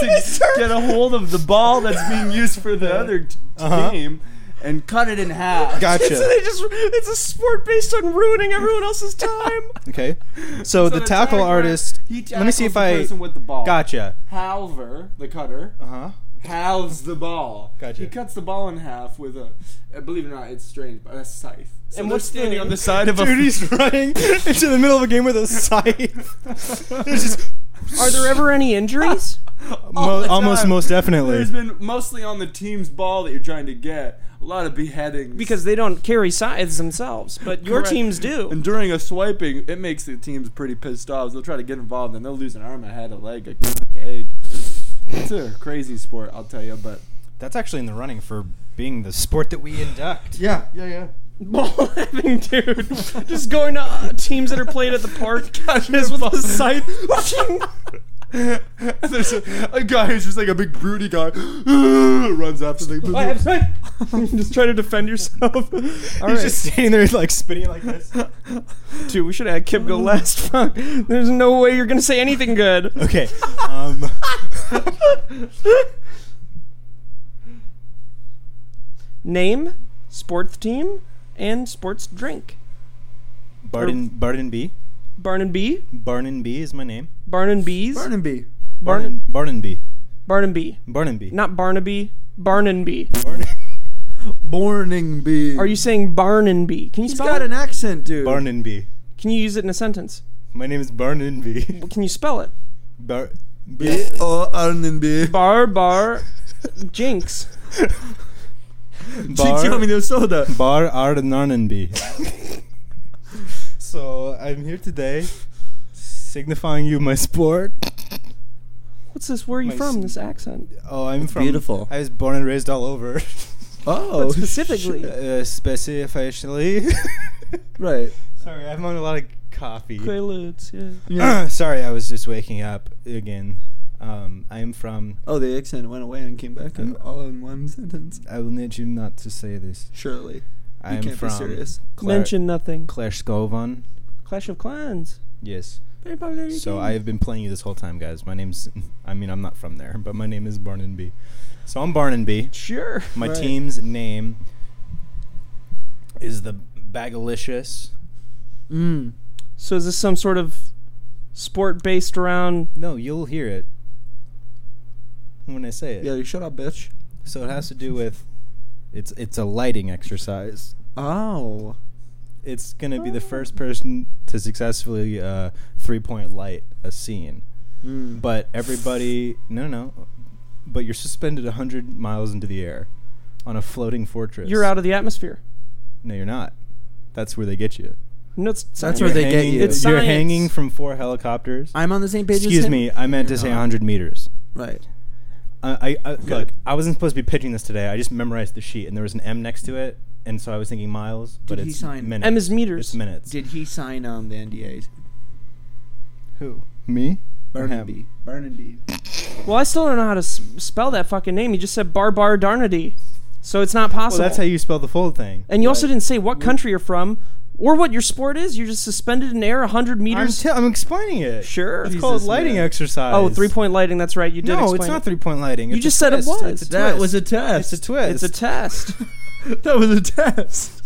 C: is to get a hold of the ball that's being used for the other t-
E: Uh-huh.
C: game and cut it in half. [LAUGHS]
A: So
E: Gotcha.
A: they just, it's a sport based on ruining everyone else's
C: [LAUGHS]
A: time.
E: Okay. So, the tackle
C: tackler,
E: artist.
C: He
E: Let me see
C: tackles
E: if
C: the
E: I
C: person with the ball.
E: gotcha.
C: Halver, the cutter,
E: Uh huh.
C: halves the ball.
E: Gotcha.
C: He cuts the ball in half with a, uh, believe it or not, it's strange, but a scythe. So
A: And
C: they're
A: what's the-
C: standing on the side of a
E: Dude, [LAUGHS]
C: [LAUGHS]
E: he's running into the middle of a game with a scythe. It's just
A: Are there ever any
C: [LAUGHS]
A: injuries?
C: All
E: mo-
C: the
E: almost
C: time.
E: most definitely.
C: There's been mostly on the team's ball that you're trying to get. A lot of beheadings.
A: Because they don't carry scythes themselves, but your
C: Correct.
A: teams do.
C: and during a swiping, it makes the teams pretty pissed off. They'll try to get involved and they'll lose an arm, a head, a leg, a cock, egg. It's a crazy sport, I'll tell you. But
B: That's actually in the running for being the sport that we
C: [LAUGHS]
B: induct.
E: yeah, yeah, yeah.
A: [LAUGHS] Ball having dude. Just going to uh, teams that are played at the park.
C: [LAUGHS]
A: Just with a scythe. [LAUGHS]
C: [LAUGHS] there's a, a guy who's just like a big broody guy [GASPS] runs up and they
A: I have
C: [LAUGHS]
A: scythe. [LAUGHS] Just try to defend yourself. All right.
E: He's just standing there like spitting like this.
A: Dude, we should have had Kip go last. [LAUGHS] Fuck. There's no way you're going to say anything good.
E: Okay. Um,
A: Name, sports team, and sports drink.
B: Barden Barden B.
A: Barn and Bee.
B: Barden B is my name.
A: Barn and Bees.
C: Barnaby.
A: Barn-
B: Barden B.
A: Barn and Bee.
B: Barden B.
A: Not Barnaby. Barn and Bee.
C: Morning bee.
A: Are you saying Barn and Bee? Can you
C: He's
A: spell
C: got
A: it?
C: an accent, dude.
B: Barden B.
A: Can you use it in a sentence?
B: My name is Barden
C: [LAUGHS]
B: B.
A: Well, Can you spell it?
B: Bar-
C: Yeah, oh, Barnaby.
A: Bar bar jinx.
C: She told me
B: Bar
C: no soda.
B: Bar Arnarnenby. [LAUGHS] so I'm here today, signifying you my sport.
A: What's this? Where are you
B: My
A: from?
B: s-
A: This accent.
B: Oh, I'm from.
C: beautiful.
B: I was born and raised all over.
C: Oh,
A: But specifically,
B: [LAUGHS] uh, specifically. [LAUGHS]
A: [CLEARS THROAT]
C: right.
B: Sorry, I'm on a lot of coffee.
A: Quaaludes. Yeah.
B: [CLEARS THROAT] Sorry, I was just waking up again. Um, I am from.
C: Oh, the accent went away and came back in all in one sentence.
B: I will need you not to say this.
C: Surely.
B: I am
C: can't be
B: from
C: serious.
B: Clar-
A: Mention nothing.
B: Clashgovan.
A: Clash of Clans.
B: Yes.
A: Very popular.
B: So
A: game.
B: I have been playing you this whole time, guys. My name's. [LAUGHS] I mean, I'm not from there, but my name is Barnenby. So I'm Barnenby.
A: [LAUGHS] sure.
B: My
C: Right.
B: team's name is the Bagalicious.
C: Mm.
A: So is this some sort of sport based around?
B: No, you'll hear it when I say it.
C: Yeah, you shut up, bitch.
B: So it has to do with. It's it's a lighting exercise.
C: Oh.
B: It's gonna be the first person to successfully uh, three point light a scene.
C: Mm.
B: But everybody, no, no, but you're suspended 100 miles into the air on a floating fortress.
A: You're out of the atmosphere.
B: No, you're not. That's where they get you.
A: No, it's
C: That's
B: You're
C: where they get
B: hanging-
C: you.
A: It's
B: you're
A: science.
B: hanging from four helicopters.
C: I'm on the same page as
B: Excuse
C: him.
B: me, I meant to say 100 meters.
C: Right.
B: I, I, I look.
C: Good.
B: I wasn't supposed to be pitching this today. I just memorized the sheet, and there was an M next to it, and so I was thinking miles, but
C: Did he
B: it's
C: sign-
B: minutes.
A: M is meters.
B: It's minutes.
C: Did he sign on the NDAs?
B: who? Me? Or him?
C: Burnaby. Burnaby.
A: Well, I still don't know how to s- spell that fucking name. You just said Bar Bar Darnady. So it's not
B: Well,
A: possible.
B: that's how you spell the full thing.
A: and you also
C: Right.
A: didn't say what country you're from or what your sport is. You're just suspended in air 100
B: I'm,
A: meters.
B: t- I'm explaining it.
A: sure.
B: It's called
C: Jesus,
B: lighting
C: man.
B: exercise.
A: Oh, three point lighting. That's right. You did.
B: No,
A: explain
B: it's not
A: it.
B: three point lighting.
A: You
B: It's a
A: just said it
B: twist.
A: was.
B: It's a
A: That
B: twist.
C: was a test.
B: It's a twist.
A: It's a
B: [LAUGHS]
A: test.
C: [LAUGHS] that was a test.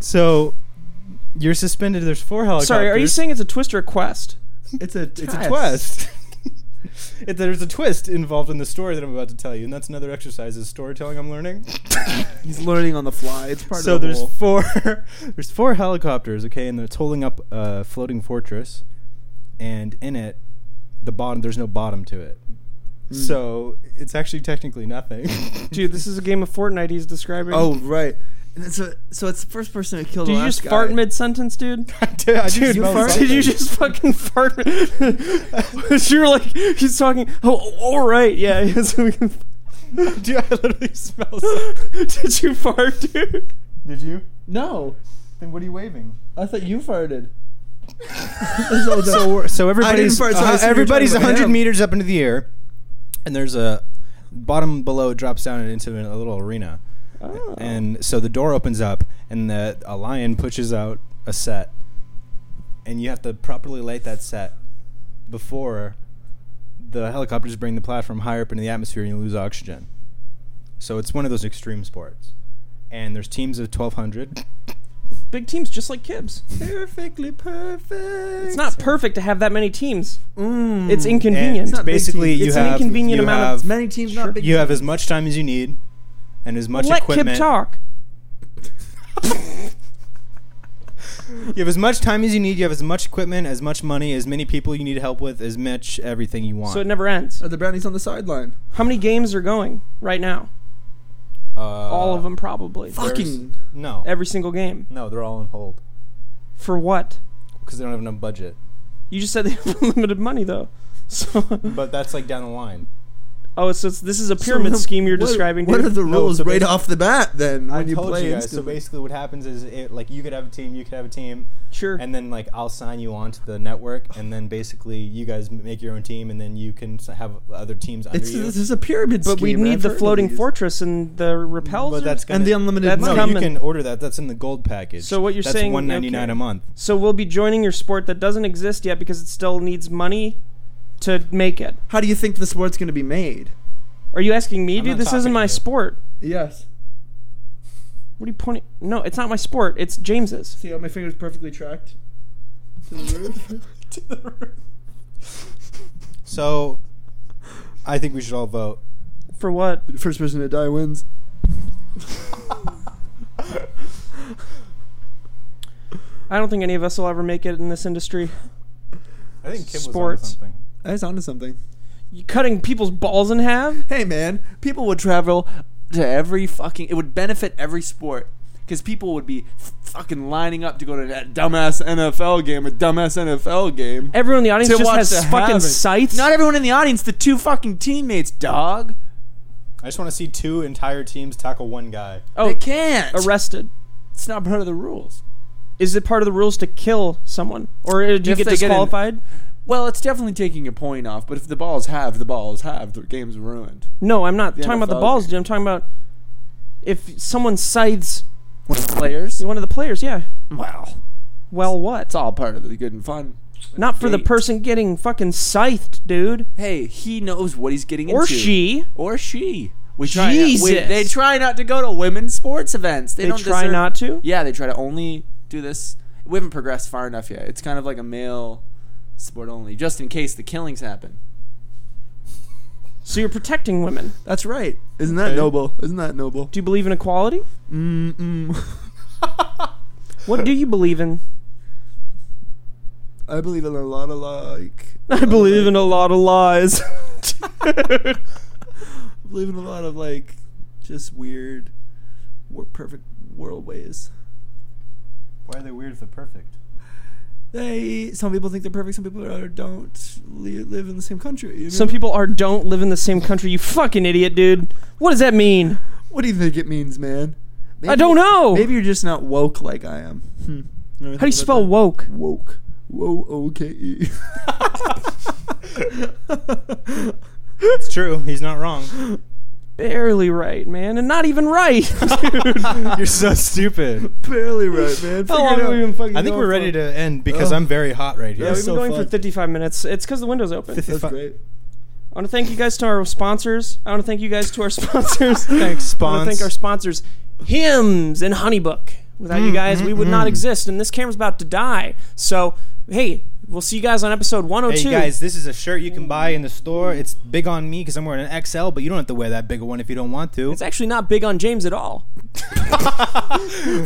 B: so you're suspended. There's four helicopters.
A: Sorry, are you saying it's a twist or a quest?
C: It's a test.
B: it's a twist? [LAUGHS] It- there's a twist involved in the story that I'm about to tell you, and that's another exercise is storytelling I'm learning.
C: He's learning on the fly. It's part
B: so
C: of the
B: there's
C: whole.
B: four [LAUGHS] there's four helicopters okay and it's holding up a floating fortress and in it the bottom there's no bottom to it
C: Hmm.
B: so it's actually technically nothing [LAUGHS]
A: Dude, this is a game of Fortnite he's describing.
C: Oh, right. And it's a, so it's the first person to kill
A: Did
C: the
A: you
C: last
A: just
C: guy.
A: fart mid sentence,
B: [LAUGHS]
A: dude?
B: I did, I did
A: Dude,
B: smell
C: fart-
A: did
B: something.
A: you just fucking fart? [LAUGHS] you were like, he's talking. Oh, oh, all right, yeah. [LAUGHS] yeah, so we can-
B: [LAUGHS] Dude, i literally [LAUGHS] smell something.
A: [LAUGHS] did you fart, dude?
B: did you
C: No.
B: then what are you waving
C: I thought you farted.
B: [LAUGHS] so, we're- so everybody's
C: fart, so I
B: uh,
C: assume you're
B: everybody's
C: talking about
B: 100
C: him.
B: meters up into the air and there's a bottom below drops down into a little arena,
C: Oh.
B: and so the door opens up, and the a lion pushes out a set, and you have to properly light that set before the helicopters bring the platform higher up into the atmosphere and you lose oxygen. So it's one of those extreme sports, and there's teams of twelve hundred.
A: Big teams just like Kibbs.
B: Perfectly perfect.
A: It's not perfect to have that many teams. Mm, It's inconvenient.
B: It's
A: It's,
C: not big
B: basically
C: teams.
B: you
A: It's an
B: have
A: inconvenient
B: you
A: amount of-
B: have,
C: It's many teams, not big.
B: you have as much time as you need and as much
A: Let
B: equipment.
A: Kib talk.
B: You have as much time as you need. You have as much equipment, as much money, as many people you need help with, as much everything you want.
A: So it never ends.
C: Are the brownies on the sideline?
A: How many games are going right now?
B: uh,
A: All of them, probably.
C: Fucking.
B: No,
A: Every single game.
B: no, they're all on hold
A: For what?
B: because they don't have enough budget.
A: You just said they [LAUGHS] have unlimited money, though. [LAUGHS] So,
B: But that's like down the line.
A: oh, so it's, this is a [LAUGHS] pyramid
C: So,
A: scheme you're
C: what-
A: describing.
C: What
A: dude.
C: are the
B: No,
C: rules
B: so
C: right
B: basi-
C: off the bat? Then when you
B: told
C: play
B: you guys. So
C: instantly?
B: basically, what happens is it like you could have a team, you could have a team,
A: Sure.
B: and then like I'll sign you onto the network, and then basically you guys m- make your own team, and then you can s- have other teams under
C: It's,
B: you.
C: this is a pyramid
A: but we
C: scheme.
A: need
C: I've
A: the
C: heard of
A: floating
C: these.
A: fortress and the repels.
B: but
A: or-
B: that's gonna,
C: and the unlimited
A: That's
C: money.
B: no,
A: coming.
B: you can order that. That's in the gold package.
A: So what you're
B: that's
A: saying-
B: one ninety nine
A: okay.
B: a month.
A: so we'll be joining your sport that doesn't exist yet because it still needs money to make it.
C: How do you think the sport's going to be made?
A: Are you asking me,
B: I'm
A: dude?
B: not
A: This isn't
B: talking
A: my
B: to you.
A: sport.
C: Yes.
A: What are you pointing? No, it's not my sport. It's James's.
C: See how my fingers perfectly tracked to the [LAUGHS] roof.
B: So I think we should all vote.
A: For what?
C: First person to die wins.
A: I don't think any of us will ever make it in this industry.
B: I think Kim
A: was onto Sports.
B: something.
C: I was onto something.
A: You cutting people's balls in half?
C: Hey man, people would travel to every fucking. It would benefit every sport because people would be f- fucking lining up to go to that dumbass NFL game, a dumbass NFL game.
A: Everyone in the audience
C: To
A: just
C: watch
A: has
C: the
A: fucking
C: havoc.
A: sights.
C: Not everyone in the audience, the two fucking teammates, dog.
B: I just want to see two entire teams tackle one guy.
A: oh,
C: they can't.
A: arrested.
C: It's not part of the rules.
A: Is it part of the rules to kill someone, or uh, do you get
C: If they get in-
A: disqualified?
C: Well, it's definitely taking a point off, but if the ball is halved, the ball is halved. The game's ruined.
A: no, I'm not
C: The
A: talking about the
C: NFL
A: balls, dude. I'm talking about if someone scythes
C: When players,
A: one of the players. Yeah.
C: wow,
A: Well, what?
C: it's all part of the good and fun.
A: Not for the
C: Great.
A: person getting fucking scythed, dude,
C: Hey, he knows what he's getting
A: or
C: into.
A: she.
C: or she. We try we-
A: Jesus.
C: they try not to go to women's sports events. They,
A: They
C: don't
A: try
C: deserve-
A: not to.
C: Yeah, they try to only do this. We haven't progressed far enough yet. It's kind of like a male sport only, just in case the killings happen.
A: So you're protecting women.
C: That's right. Isn't that noble? Isn't that noble?
A: Do you believe in equality?
C: Mm-mm. [LAUGHS]
A: What do you believe in?
C: I believe in a lot of like.
A: [LAUGHS] I believe in a lot of lies.
C: I believe in a lot of like, just weird, wor- perfect world ways.
B: Why are they weird if they're perfect?
C: They some people think they're perfect. Some people are, don't li- live in the same country. you know?
A: [LAUGHS] Some people are don't live in the same country. You fucking idiot, dude. What does that mean?
C: What do you think it means, man?
A: I don't know.
C: Maybe you're just not woke like I am. Hmm.
A: How do you spell woke?
C: woke? Whoa, O K
A: [LAUGHS]
C: E. [LAUGHS]
B: It's true. He's not wrong.
A: [LAUGHS]
B: [LAUGHS]
A: Barely right, man, and not even right. [LAUGHS]
C: [LAUGHS]
B: You're so stupid.
C: Barely right, man.
A: How long have we been fucking?
B: I think
A: going
B: we're ready
A: for?
B: to end because
C: Ugh.
B: I'm very hot right here.
A: Oh. Yeah, we've been
C: so
A: going for
C: fun.
A: 55 minutes. It's because the window's open. I
C: That's great.
A: want to thank you guys to our sponsors. I want to thank you guys to our [LAUGHS] sponsors.
B: Thanks,
A: I want to thank our
B: sponsor.
A: sponsors, Hymns and Honeybook. Without you guys, we would not exist, and this camera's about to die. So, hey, we'll see you guys on episode
B: Hey
A: 102.
B: guys, this is a shirt you can buy in the store. It's big on me because I'm wearing an XL, but you don't have to wear that bigger one if you don't want to.
A: It's actually not big on James at all. [LAUGHS]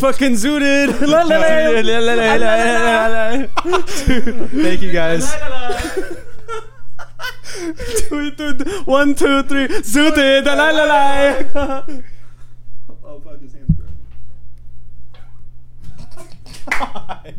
B: fucking zooted. Thank you guys.
A: One, two, three, zooted. La, la, la.
C: Oh fuck, his hands broke.